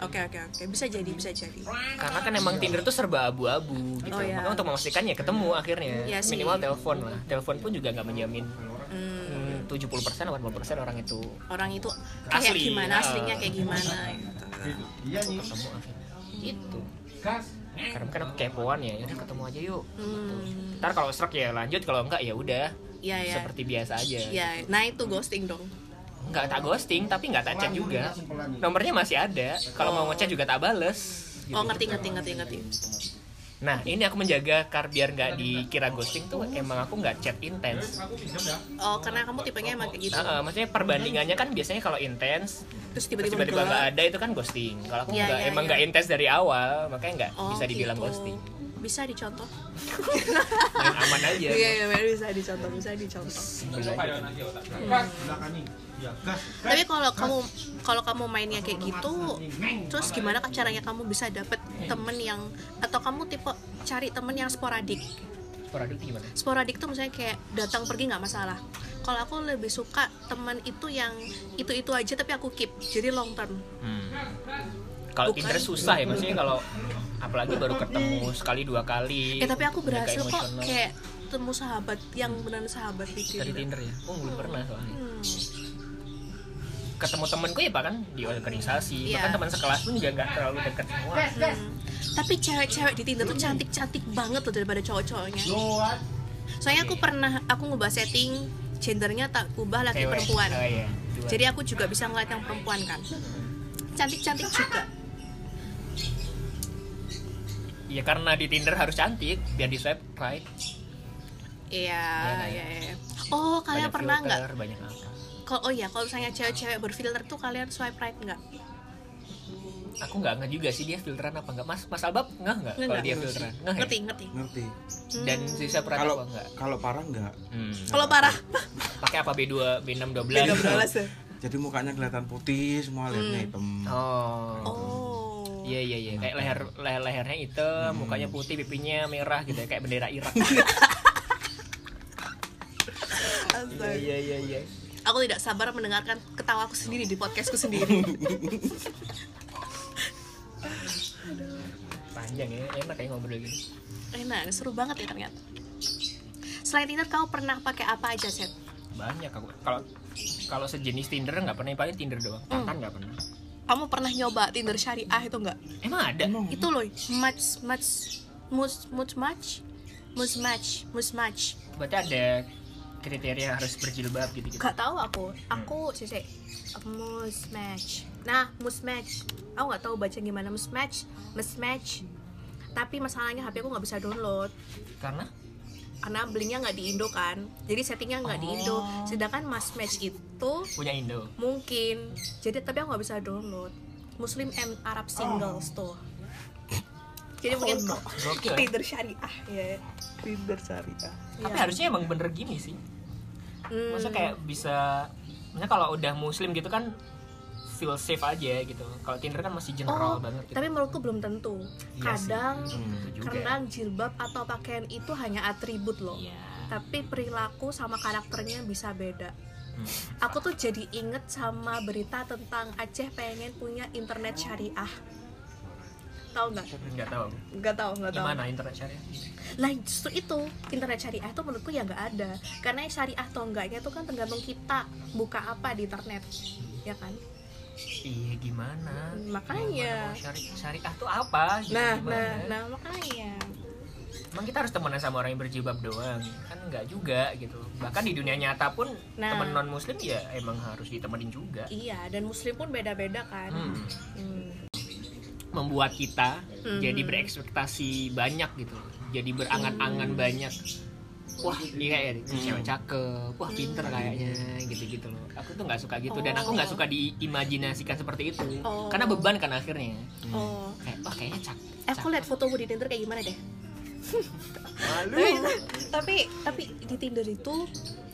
Speaker 1: oke oke oke bisa jadi bisa jadi
Speaker 2: Karena kan emang Tinder tuh serba abu-abu gitu.
Speaker 1: Oh, iya.
Speaker 2: Makanya untuk memastikan ya ketemu akhirnya.
Speaker 1: Iya sih.
Speaker 2: Minimal telepon lah. Telepon pun juga nggak menjamin
Speaker 1: Hmm,
Speaker 2: hmm, 70% 80% orang itu
Speaker 1: orang itu kayak
Speaker 2: Asli,
Speaker 1: gimana
Speaker 2: ah.
Speaker 1: aslinya kayak gimana gitu.
Speaker 4: Iya nih.
Speaker 2: ketemu akhirnya. Gitu. Karena kan aku kepoan ya, yaudah ketemu aja yuk.
Speaker 1: Hmm,
Speaker 2: Ntar kalau serak ya lanjut, kalau enggak ya udah.
Speaker 1: ya ya.
Speaker 2: Seperti Iya, biasa aja.
Speaker 1: Ya, nah itu ghosting dong.
Speaker 2: nggak tak ghosting tapi nggak tak chat juga nomornya masih ada kalau mau ngechat juga tak bales gitu.
Speaker 1: Oh ngerti ngerti ngerti ngerti.
Speaker 2: Nah, ini aku menjaga kar biar nggak dikira ghosting tuh emang aku nggak chat intens.
Speaker 4: Aku pinjam ya.
Speaker 1: Oh, karena kamu tipenya emang kayak gitu.
Speaker 2: Nah, eh, maksudnya perbandingannya kan biasanya kalau intens
Speaker 1: Terus
Speaker 2: terus
Speaker 1: tiba-tiba
Speaker 2: tiba-tiba nggak
Speaker 1: enggak.
Speaker 2: ada itu kan ghosting. Kalau aku
Speaker 1: Iya,
Speaker 2: nggak
Speaker 1: iya,
Speaker 2: emang
Speaker 1: iya.
Speaker 2: nggak intens dari awal, makanya nggak
Speaker 1: Oh,
Speaker 2: bisa dibilang
Speaker 1: gitu. *laughs*
Speaker 2: ghosting.
Speaker 1: Bisa dicontoh.
Speaker 2: Main aman aja.
Speaker 1: Iya, iya, bener, bisa dicontoh, bisa dicontoh.
Speaker 4: Besok ada nanti otak. Gas, belakang nih. Iya, gas. gas.
Speaker 1: Tapi kalau kamu kalau kamu mainnya kayak gitu, terus gimana kah caranya kamu bisa dapet temen yang atau kamu tipe cari temen yang sporadik?
Speaker 2: Sporadik tuh gimana?
Speaker 1: Sporadik tuh misalnya kayak datang pergi nggak masalah. Kalau aku lebih suka temen itu yang itu itu aja tapi aku keep, jadi long term.
Speaker 2: Kalau
Speaker 1: Bukan.
Speaker 2: Tinder susah ya, maksudnya kalau apalagi baru ketemu sekali dua
Speaker 1: Eh
Speaker 2: kali.
Speaker 1: tapi aku
Speaker 2: udah
Speaker 1: berhasil
Speaker 2: kayak
Speaker 1: kok
Speaker 2: Iya, emosional.
Speaker 1: kayak temu sahabat yang benar sahabat di
Speaker 2: dari
Speaker 1: Tinder.
Speaker 2: Tinder ya? Oh belum pernah soalnya.
Speaker 1: Hmm.
Speaker 2: Ketemu temanku ya bahkan di organisasi,
Speaker 1: Iya.
Speaker 2: bahkan teman sekelas pun juga nggak terlalu dekat semua.
Speaker 1: Hmm. Tapi cewek-cewek di Tinder tuh cantik-cantik banget loh daripada cowok-cowoknya.
Speaker 4: Doat.
Speaker 1: Soalnya
Speaker 2: Iya.
Speaker 1: aku pernah aku ngubah setting gendernya tak ubah laki
Speaker 2: Cewek.
Speaker 1: perempuan.
Speaker 2: Oh, iya. Dua.
Speaker 1: Jadi aku juga bisa ngeliat yang perempuan kan.
Speaker 2: Hmm.
Speaker 1: Cantik-cantik juga.
Speaker 2: Iya karena di Tinder harus cantik biar di swipe right.
Speaker 1: Iya,
Speaker 2: Iya,
Speaker 1: iya, iya. Oh, kalian
Speaker 2: Banyak
Speaker 1: pernah
Speaker 2: filter,
Speaker 1: nggak?
Speaker 2: Banyak apa?
Speaker 1: Kalau oh ya, kalau misalnya cewek-cewek berfilter tuh kalian swipe right nggak?
Speaker 2: Aku nggak nggak juga sih dia filteran apa nggak? Mas Mas Albab nggak nggak Hmm.
Speaker 1: Nggak,
Speaker 2: kalau
Speaker 1: nggak.
Speaker 2: dia filteran nggak ya?
Speaker 1: Ngerti, ngerti.
Speaker 3: ngerti
Speaker 2: Dan si swipe right
Speaker 3: kalau
Speaker 2: apa nggak?
Speaker 3: kalau parah nggak
Speaker 2: Hmm.
Speaker 1: Kalau parah,
Speaker 2: Pakai apa B2 B6
Speaker 1: beda
Speaker 2: 12?
Speaker 1: berbalas ya.
Speaker 3: jadi mukanya kelihatan putih semua lehernya hitam
Speaker 2: Hmm. Oh.
Speaker 1: Oh.
Speaker 2: Iya iya iya kayak leher leher lehernya hitam, mukanya putih, pipinya merah gitu ya, kayak bendera Irak.
Speaker 1: Astaga.
Speaker 2: *laughs* iya iya iya.
Speaker 1: Aku tidak sabar mendengarkan ketawaku sendiri di podcastku sendiri.
Speaker 2: Panjang ya, enak kayak ngobrol gitu.
Speaker 1: Enak, seru banget ya ternyata. Selain Tinder, kamu pernah pakai apa aja, Chat?
Speaker 2: Banyak aku. Kalau kalau sejenis Tinder nggak pernah, ya? paling Tinder doang. Tantan nggak pernah.
Speaker 1: Kamu pernah nyoba Tinder syariah itu nggak?
Speaker 2: Emang ada?
Speaker 1: itu loh match match mus mus match mus match mus match
Speaker 2: Berarti ada kriteria harus berjilbab gitu gitu.
Speaker 1: gak tahu aku aku sih mus match nah mus match aku nggak tahu baca gimana mus match mus match tapi masalahnya HP aku nggak bisa download
Speaker 2: Karena
Speaker 1: karena belinya nggak di Indo kan jadi settingnya nggak di Indo
Speaker 2: Oh.
Speaker 1: sedangkan mas match itu
Speaker 2: punya Indo.
Speaker 1: mungkin jadi tapi aku nggak bisa download Muslim and Arab singles tuh
Speaker 2: Oh,
Speaker 1: jadi mungkin
Speaker 2: Gokil. ya.
Speaker 1: Tinder syariah ya Iya.
Speaker 5: Tinder syariah.
Speaker 2: Tapi harusnya emang bener gini sih.
Speaker 1: Hmm.
Speaker 2: Masa kayak bisa Maksudnya kalau udah muslim gitu kan feel safe aja gitu. Kalau Tinder kan masih
Speaker 1: Oh,
Speaker 2: general banget gitu.
Speaker 1: tapi menurutku belum tentu.
Speaker 2: Iya sih.
Speaker 1: kadang
Speaker 2: Itu juga.
Speaker 1: kadang jilbab atau pakaian itu hanya atribut loh.
Speaker 2: Iya.
Speaker 1: Tapi perilaku sama karakternya bisa beda.
Speaker 2: Hmm.
Speaker 1: Aku tuh jadi inget sama berita tentang Aceh pengen punya internet syariah. Tahu nggak?
Speaker 2: Nggak tahu.
Speaker 1: Nggak tahu, nggak tahu.
Speaker 2: Gimana internet syariah?
Speaker 1: Nah justru itu internet syariah itu menurutku ya nggak ada. Karena syariah atau enggaknya itu kan tergantung kita buka apa di internet, ya kan?
Speaker 2: Iya gimana?
Speaker 1: Makanya.
Speaker 2: Gimana mau syari- Syariah tuh apa? Gitu,
Speaker 1: Nah,
Speaker 2: gimana?
Speaker 1: nah, nah makanya.
Speaker 2: Emang kita harus temenan sama orang yang berjilbab doang? Kan nggak juga gitu. Bahkan di dunia nyata pun
Speaker 1: Nah.
Speaker 2: temen non muslim ya emang harus ditemenin juga.
Speaker 1: Iya, dan muslim pun beda-beda kan.
Speaker 2: Hmm.
Speaker 1: Hmm.
Speaker 2: Membuat kita
Speaker 1: Mhm.
Speaker 2: jadi berekspektasi banyak gitu. Jadi berangan-angan
Speaker 1: Hmm.
Speaker 2: banyak. Wah, ini kayak cewek cakep, wah pinter kayaknya gitu-gitu loh. Aku tuh nggak suka gitu dan aku nggak
Speaker 1: Hmm. Oh.
Speaker 2: suka diimajinasikan seperti itu.
Speaker 1: Oh.
Speaker 2: Karena beban kan akhirnya.
Speaker 1: Oh,
Speaker 2: Kayak wah kayaknya cakep.
Speaker 1: eh, aku lihat fotomu di Tinder kayak gimana deh?
Speaker 2: Malu.
Speaker 1: Tapi, tapi, tapi di Tinder itu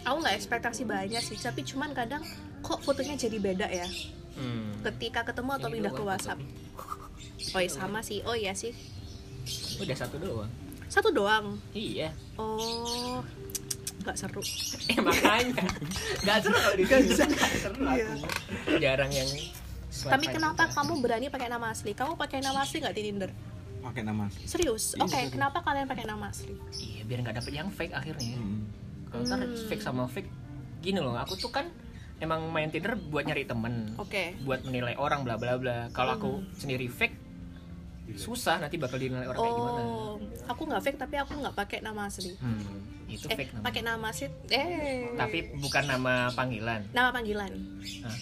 Speaker 1: aku nggak ekspektasi banyak sih, tapi cuman kadang kok fotonya jadi beda ya
Speaker 2: Hmm.
Speaker 1: ketika ketemu atau
Speaker 2: Ini
Speaker 1: pindah ke
Speaker 2: doang
Speaker 1: WhatsApp.
Speaker 2: fotonya.
Speaker 1: Oh iya sama sih, oh iya sih,
Speaker 2: Udah satu doang.
Speaker 1: satu doang.
Speaker 2: Iya. *laughs*
Speaker 1: Oh, nggak seru.
Speaker 2: Eh makanya. Gak seru kalau di
Speaker 1: *laughs*
Speaker 2: Gak seru aku. Jarang yang swipe
Speaker 1: Tapi
Speaker 2: right
Speaker 1: kenapa
Speaker 2: gitu.
Speaker 1: kamu berani pakai nama asli? Kamu pakai nama asli nggak di Tinder?
Speaker 3: pakai nama asli.
Speaker 1: Serius?
Speaker 3: Iya,
Speaker 1: Oke,
Speaker 3: serius.
Speaker 1: kenapa kalian pakai nama asli?
Speaker 2: Iya, biar nggak dapet yang fake akhirnya.
Speaker 3: Mm.
Speaker 2: Kalau ntar
Speaker 1: Hmm.
Speaker 2: fake sama fake gini loh, aku tuh kan emang main Tinder buat nyari temen
Speaker 1: Oke. Hmm.
Speaker 2: buat menilai orang bla bla bla. Kalau aku sendiri fake susah nanti bakal dinilai orang kayak gimana.
Speaker 1: Oh, aku nggak fake tapi aku nggak pakai nama asli.
Speaker 2: Hmm, itu
Speaker 1: Eh,
Speaker 2: fake namanya.
Speaker 1: pakai nama asli. Eh,
Speaker 2: Tapi bukan nama panggilan.
Speaker 1: nama panggilan.
Speaker 2: Ah,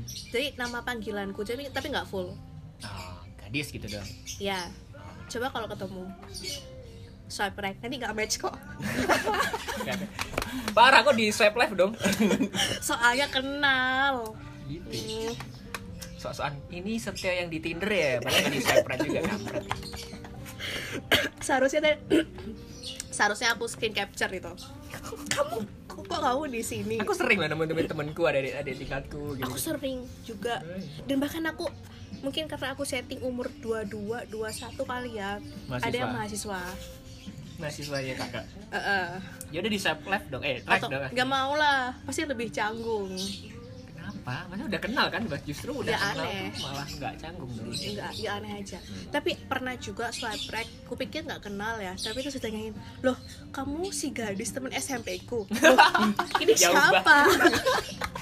Speaker 2: Oh,
Speaker 1: jadi nama panggilanku jadi tapi nggak full
Speaker 2: ah, gadis gitu dong.
Speaker 1: ya coba kalau ketemu swipe right nanti nggak match kok
Speaker 2: *laughs*
Speaker 1: *laughs*
Speaker 2: Parah kok di swipe left dong.
Speaker 1: soalnya kenal
Speaker 2: gitu.
Speaker 1: Hmm.
Speaker 2: Sok-sokan ini Setio yang di Tinder ya, padahal di swipe right juga kampret.
Speaker 1: seharusnya tadi- *clears throat* seharusnya aku screen capture itu *laughs* kamu kok kok kamu di sini
Speaker 2: Aku sering lah nemu temen-temenku ada di ada di tingkatku gitu.
Speaker 1: aku sering juga dan bahkan aku mungkin karena aku setting umur 22 21 kali ya ada yang mahasiswa
Speaker 2: mahasiswanya kakak.
Speaker 1: Heeh.
Speaker 2: Ya udah di swipe left dong. Eh, right
Speaker 1: atau
Speaker 2: dong.
Speaker 1: nggak mau lah pasti lebih canggung
Speaker 2: Kenapa? Mana udah kenal kan, Bas? Justru udah
Speaker 1: Ya,
Speaker 2: kenal
Speaker 1: aneh.
Speaker 2: tuh malah nggak canggung dong.
Speaker 1: nggak ya aneh aja tapi pernah juga swipe right kupikir nggak kenal ya tapi terus ditanyain loh kamu si gadis temen SMP ku
Speaker 2: *laughs*
Speaker 1: Loh, ini
Speaker 2: Jauh
Speaker 1: siapa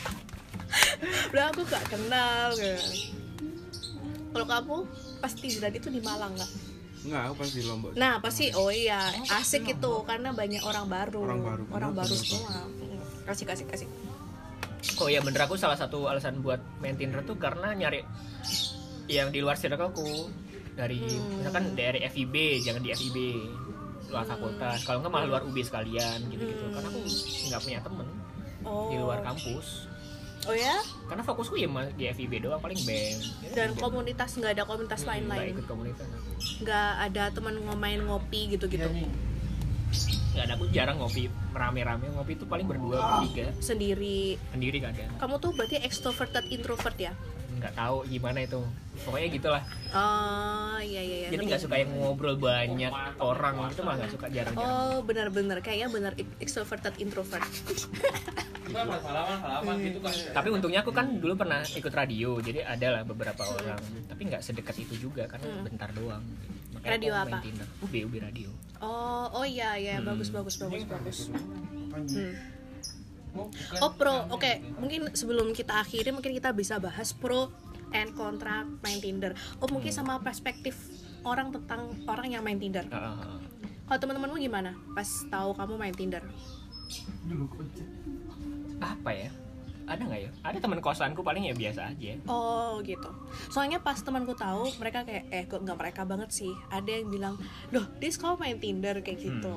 Speaker 1: *laughs* udah aku nggak kenal kan. kalau kamu pasti tadi itu di Malang nggak
Speaker 3: Enggak, aku pas di Lombok.
Speaker 1: Nah pasti oh iya asik itu karena banyak orang baru
Speaker 3: Orang baru,
Speaker 1: orang baru
Speaker 3: benar, benar,
Speaker 1: semua Mm. kasih kasih kasih
Speaker 2: Oh ya bener aku salah satu alasan buat main Tinder tuh karena nyari yang di luar circleku dari
Speaker 1: Hmm.
Speaker 2: misalkan dari FIB jangan di FIB luar fakultas kalau nggak malah luar UB sekalian gitu gitu
Speaker 1: Hmm.
Speaker 2: karena aku nggak punya temen
Speaker 1: oh
Speaker 2: di luar kampus
Speaker 1: oh ya
Speaker 2: karena fokusku ya ma- di FIB doang paling BEM
Speaker 1: dan komunitas nggak ada komunitas
Speaker 2: Hmm, nggak
Speaker 1: lain-lain
Speaker 2: ikut Iya, komunitas aku.
Speaker 1: nggak ada teman ngomain ngopi gitu-gitu
Speaker 2: nggak ada aku jarang ngopi rame-rame ngopi itu paling berdua bertiga
Speaker 1: sendiri
Speaker 2: sendiri kadang
Speaker 1: kamu tuh berarti extroverted introvert ya
Speaker 2: nggak tahu gimana itu pokoknya gitulah
Speaker 1: oh iya iya iya
Speaker 2: jadi
Speaker 1: ngerti.
Speaker 2: nggak suka yang ngobrol banyak orang itu malah nggak suka jarang-jarang
Speaker 1: oh benar-benar kayaknya benar extroverted introvert
Speaker 2: tapi untungnya aku kan dulu pernah ikut radio jadi ada lah beberapa orang tapi nggak sedekat itu juga karena
Speaker 1: Hmm.
Speaker 2: bentar doang Makanya
Speaker 1: Radio
Speaker 2: aku main
Speaker 1: apa?
Speaker 2: Tinder. UB UB radio
Speaker 1: oh oh iya iya
Speaker 2: Hmm. iya.
Speaker 1: bagus bagus bagus bagus Hmm. Oh pro, oke mungkin sebelum kita akhiri mungkin kita bisa bahas pro and kontra main Tinder. Oh mungkin
Speaker 2: Hmm.
Speaker 1: sama perspektif orang tentang orang yang main
Speaker 2: Eh,
Speaker 1: Tinder.
Speaker 2: Heeh.
Speaker 1: Kalau teman-temanmu gimana pas tahu kamu main Tinder?
Speaker 2: apa ya ada nggak ya ada teman kosanku paling ya biasa aja
Speaker 1: Oh gitu. Soalnya pas temanku tahu mereka kayak eh kok nggak mereka banget sih. Ada yang bilang, loh, dis kamu main Tinder kayak gitu.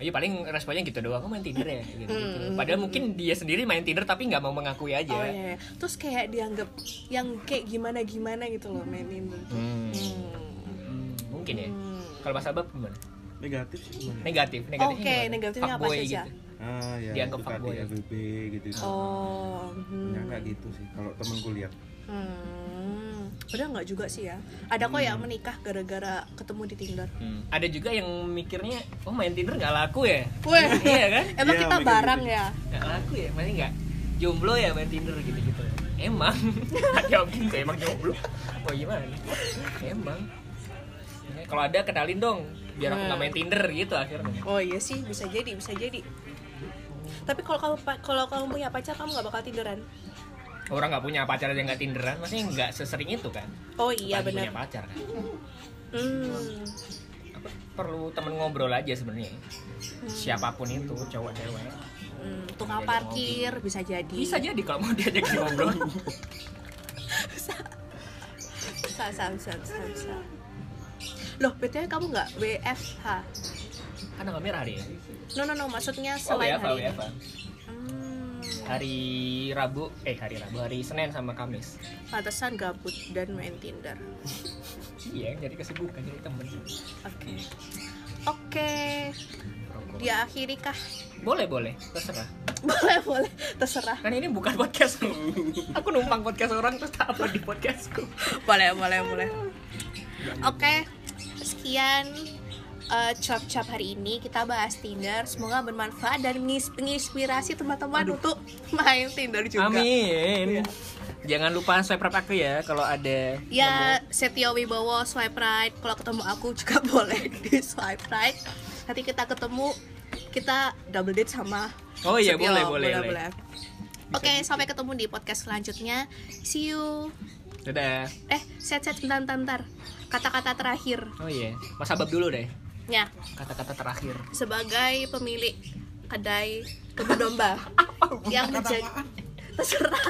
Speaker 2: Iya paling responnya gitu doang, kamu main Tinder ya? Gitu,
Speaker 1: Hmm.
Speaker 2: Padahal mungkin dia sendiri main Tinder tapi nggak mau mengakui aja.
Speaker 1: Oh iya. iya. Terus kayak dianggap yang kayak gimana gimana gitu loh main Tinder. Hmm.
Speaker 3: Hmm.
Speaker 2: Hmm, mungkin ya.
Speaker 1: Hmm.
Speaker 2: Kalau Mas Abab gimana?
Speaker 3: Negatif sih gimana?
Speaker 2: Negatif, negatifnya
Speaker 1: Oke,
Speaker 2: gimana?
Speaker 1: negatifnya apa
Speaker 2: Fuckboy
Speaker 1: saja?
Speaker 2: gitu.
Speaker 3: Ah, ya,
Speaker 2: Dianggap
Speaker 3: itu tadi
Speaker 2: fuckboy.
Speaker 3: LBB gitu.
Speaker 1: Oh. hmm.
Speaker 3: Ya kayak gitu sih kalau Oh, temen kuliah.
Speaker 1: Hmm, padahal nggak juga sih ya. Ada kok yang menikah gara-gara ketemu di Tinder.
Speaker 2: Hmm. Ada juga yang mikirnya, oh main Tinder nggak laku ya?
Speaker 1: *laughs* Weh.
Speaker 2: iya kan?
Speaker 1: Emang
Speaker 3: Iya,
Speaker 1: kita
Speaker 3: mikir
Speaker 1: barang
Speaker 3: gitu.
Speaker 1: ya?
Speaker 2: Nggak laku ya, maksudnya nggak jomblo ya main Tinder gitu-gitu. *laughs* Emang, nggak jawab gitu, emang jomblo. Oh gimana? Emang. Ya, Kalau ada kenalin dong, biar aku nggak main Tinder gitu akhirnya.
Speaker 1: Oh iya sih, bisa jadi, bisa jadi. Tapi kalau kamu pa- kalau kamu punya pacar kamu nggak bakal tinderan.
Speaker 2: Orang nggak punya pacar aja nggak Tinderan, maksudnya nggak sesering itu kan?
Speaker 1: Oh iya
Speaker 2: Apalagi punya
Speaker 1: benar.
Speaker 2: pacar kan?
Speaker 1: Hmm.
Speaker 2: perlu temen ngobrol aja sebenarnya siapapun itu cowok cewek
Speaker 1: hmm, tukang parkir bisa jadi.
Speaker 2: gitu. bisa jadi kalau mau diajak *laughs* ngobrol
Speaker 1: Bisa, bisa, bisa, bisa, bisa. Loh, btw kamu nggak WFH?
Speaker 2: kan tanggal merah hari ya
Speaker 1: No no no, maksudnya
Speaker 2: oh
Speaker 1: selain
Speaker 2: WFA,
Speaker 1: hari. ini.
Speaker 2: WFA.
Speaker 1: Hmm,
Speaker 2: hari Rabu eh hari Rabu hari Senin sama Kamis
Speaker 1: pantesan gabut dan main Tinder.
Speaker 2: iya jadi kesibukan jadi temen
Speaker 1: Oke. Oke. Diakhiri kah? *laughs*
Speaker 2: boleh boleh terserah
Speaker 1: Boleh, boleh. Terserah.
Speaker 2: kan ini bukan podcastku *laughs* aku numpang podcast orang terus tak upload di podcastku
Speaker 1: Boleh, boleh, boleh. Oke. Sekian eh, cuap-cuap hari ini kita bahas Tinder. Semoga bermanfaat dan mengis- menginspirasi teman-teman untuk *laughs* main Tinder juga.
Speaker 2: amin Iya. jangan lupa swipe up aku ya kalau ada
Speaker 1: Ya, Setio Wibowo swipe right. Kalau ketemu aku juga *laughs* boleh di swipe right. Nanti kita ketemu kita double date sama
Speaker 2: oh iya
Speaker 1: Setio.
Speaker 2: boleh boleh, boleh.
Speaker 1: Oke, sampai ketemu di podcast selanjutnya. See you.
Speaker 2: dadah
Speaker 1: Eh, set set bentar bentar, bentar. Kata-kata terakhir.
Speaker 2: oh iya mas abab dulu deh
Speaker 1: Ya,
Speaker 2: kata-kata terakhir
Speaker 1: sebagai pemilik kedai
Speaker 3: *laughs*
Speaker 1: kebun domba yang menjaga terserah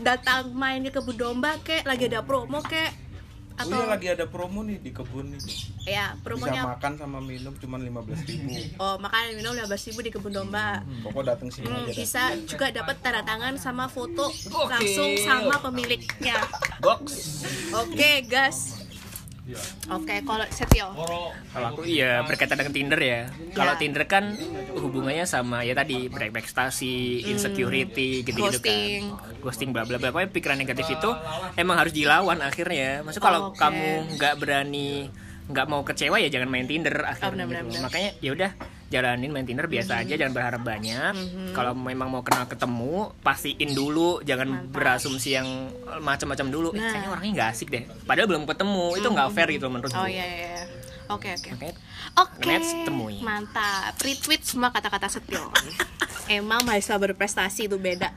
Speaker 1: datang main ke kebun domba kek lagi ada promo kek
Speaker 3: Oh
Speaker 1: atau
Speaker 3: iya lagi ada promo nih di kebun nih.
Speaker 1: ya
Speaker 3: Bisa
Speaker 1: promonya
Speaker 3: makan sama minum cuman 15.000 ribu
Speaker 1: oh makan minum 15 ribu di kebun domba
Speaker 3: Pokoknya datang sini
Speaker 1: Hmm,
Speaker 3: iya aja. dah.
Speaker 1: bisa juga dapat tanda tangan sama foto langsung sama pemiliknya
Speaker 2: box
Speaker 1: oke guys
Speaker 3: Iya.
Speaker 1: oke kalau Setio
Speaker 3: Oh.
Speaker 2: kalau aku iya berkaitan dengan Tinder ya kalau
Speaker 1: Ya.
Speaker 2: Tinder kan hubungannya sama ya tadi berprestasi insecurity gitu gitu
Speaker 1: Hmm. Ghosting.
Speaker 2: kan ghosting bla bla bla pokoknya pikiran negatif itu emang harus dilawan akhirnya maksud kalau
Speaker 1: Oh, Oke.
Speaker 2: kamu nggak berani nggak mau kecewa ya jangan main Tinder
Speaker 1: Oh,
Speaker 2: akhirnya
Speaker 1: benar, benar,
Speaker 2: gitu.
Speaker 1: benar.
Speaker 2: makanya ya udah jalanin main Tinder biasa
Speaker 1: Hmm.
Speaker 2: aja jangan berharap banyak kalau memang mau kenal ketemu pastiin dulu jangan
Speaker 1: Mantap.
Speaker 2: berasumsi yang macam-macam dulu Eh,
Speaker 1: Nah.
Speaker 2: kayaknya orangnya nggak asik deh padahal belum ketemu itu nggak fair gitu menurut
Speaker 1: oh
Speaker 2: gue.
Speaker 1: iya iya iya. oke oke
Speaker 2: Makanya
Speaker 1: Oke.
Speaker 2: Let's temui.
Speaker 1: Mantap. Retweet semua kata-kata Setio. *laughs* Emang mahasiswa berprestasi itu beda.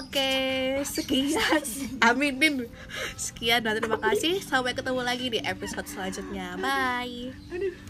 Speaker 1: Oke, sekian. Amin, Bin. Sekian dan terima kasih. Sampai ketemu lagi di episode selanjutnya. Bye.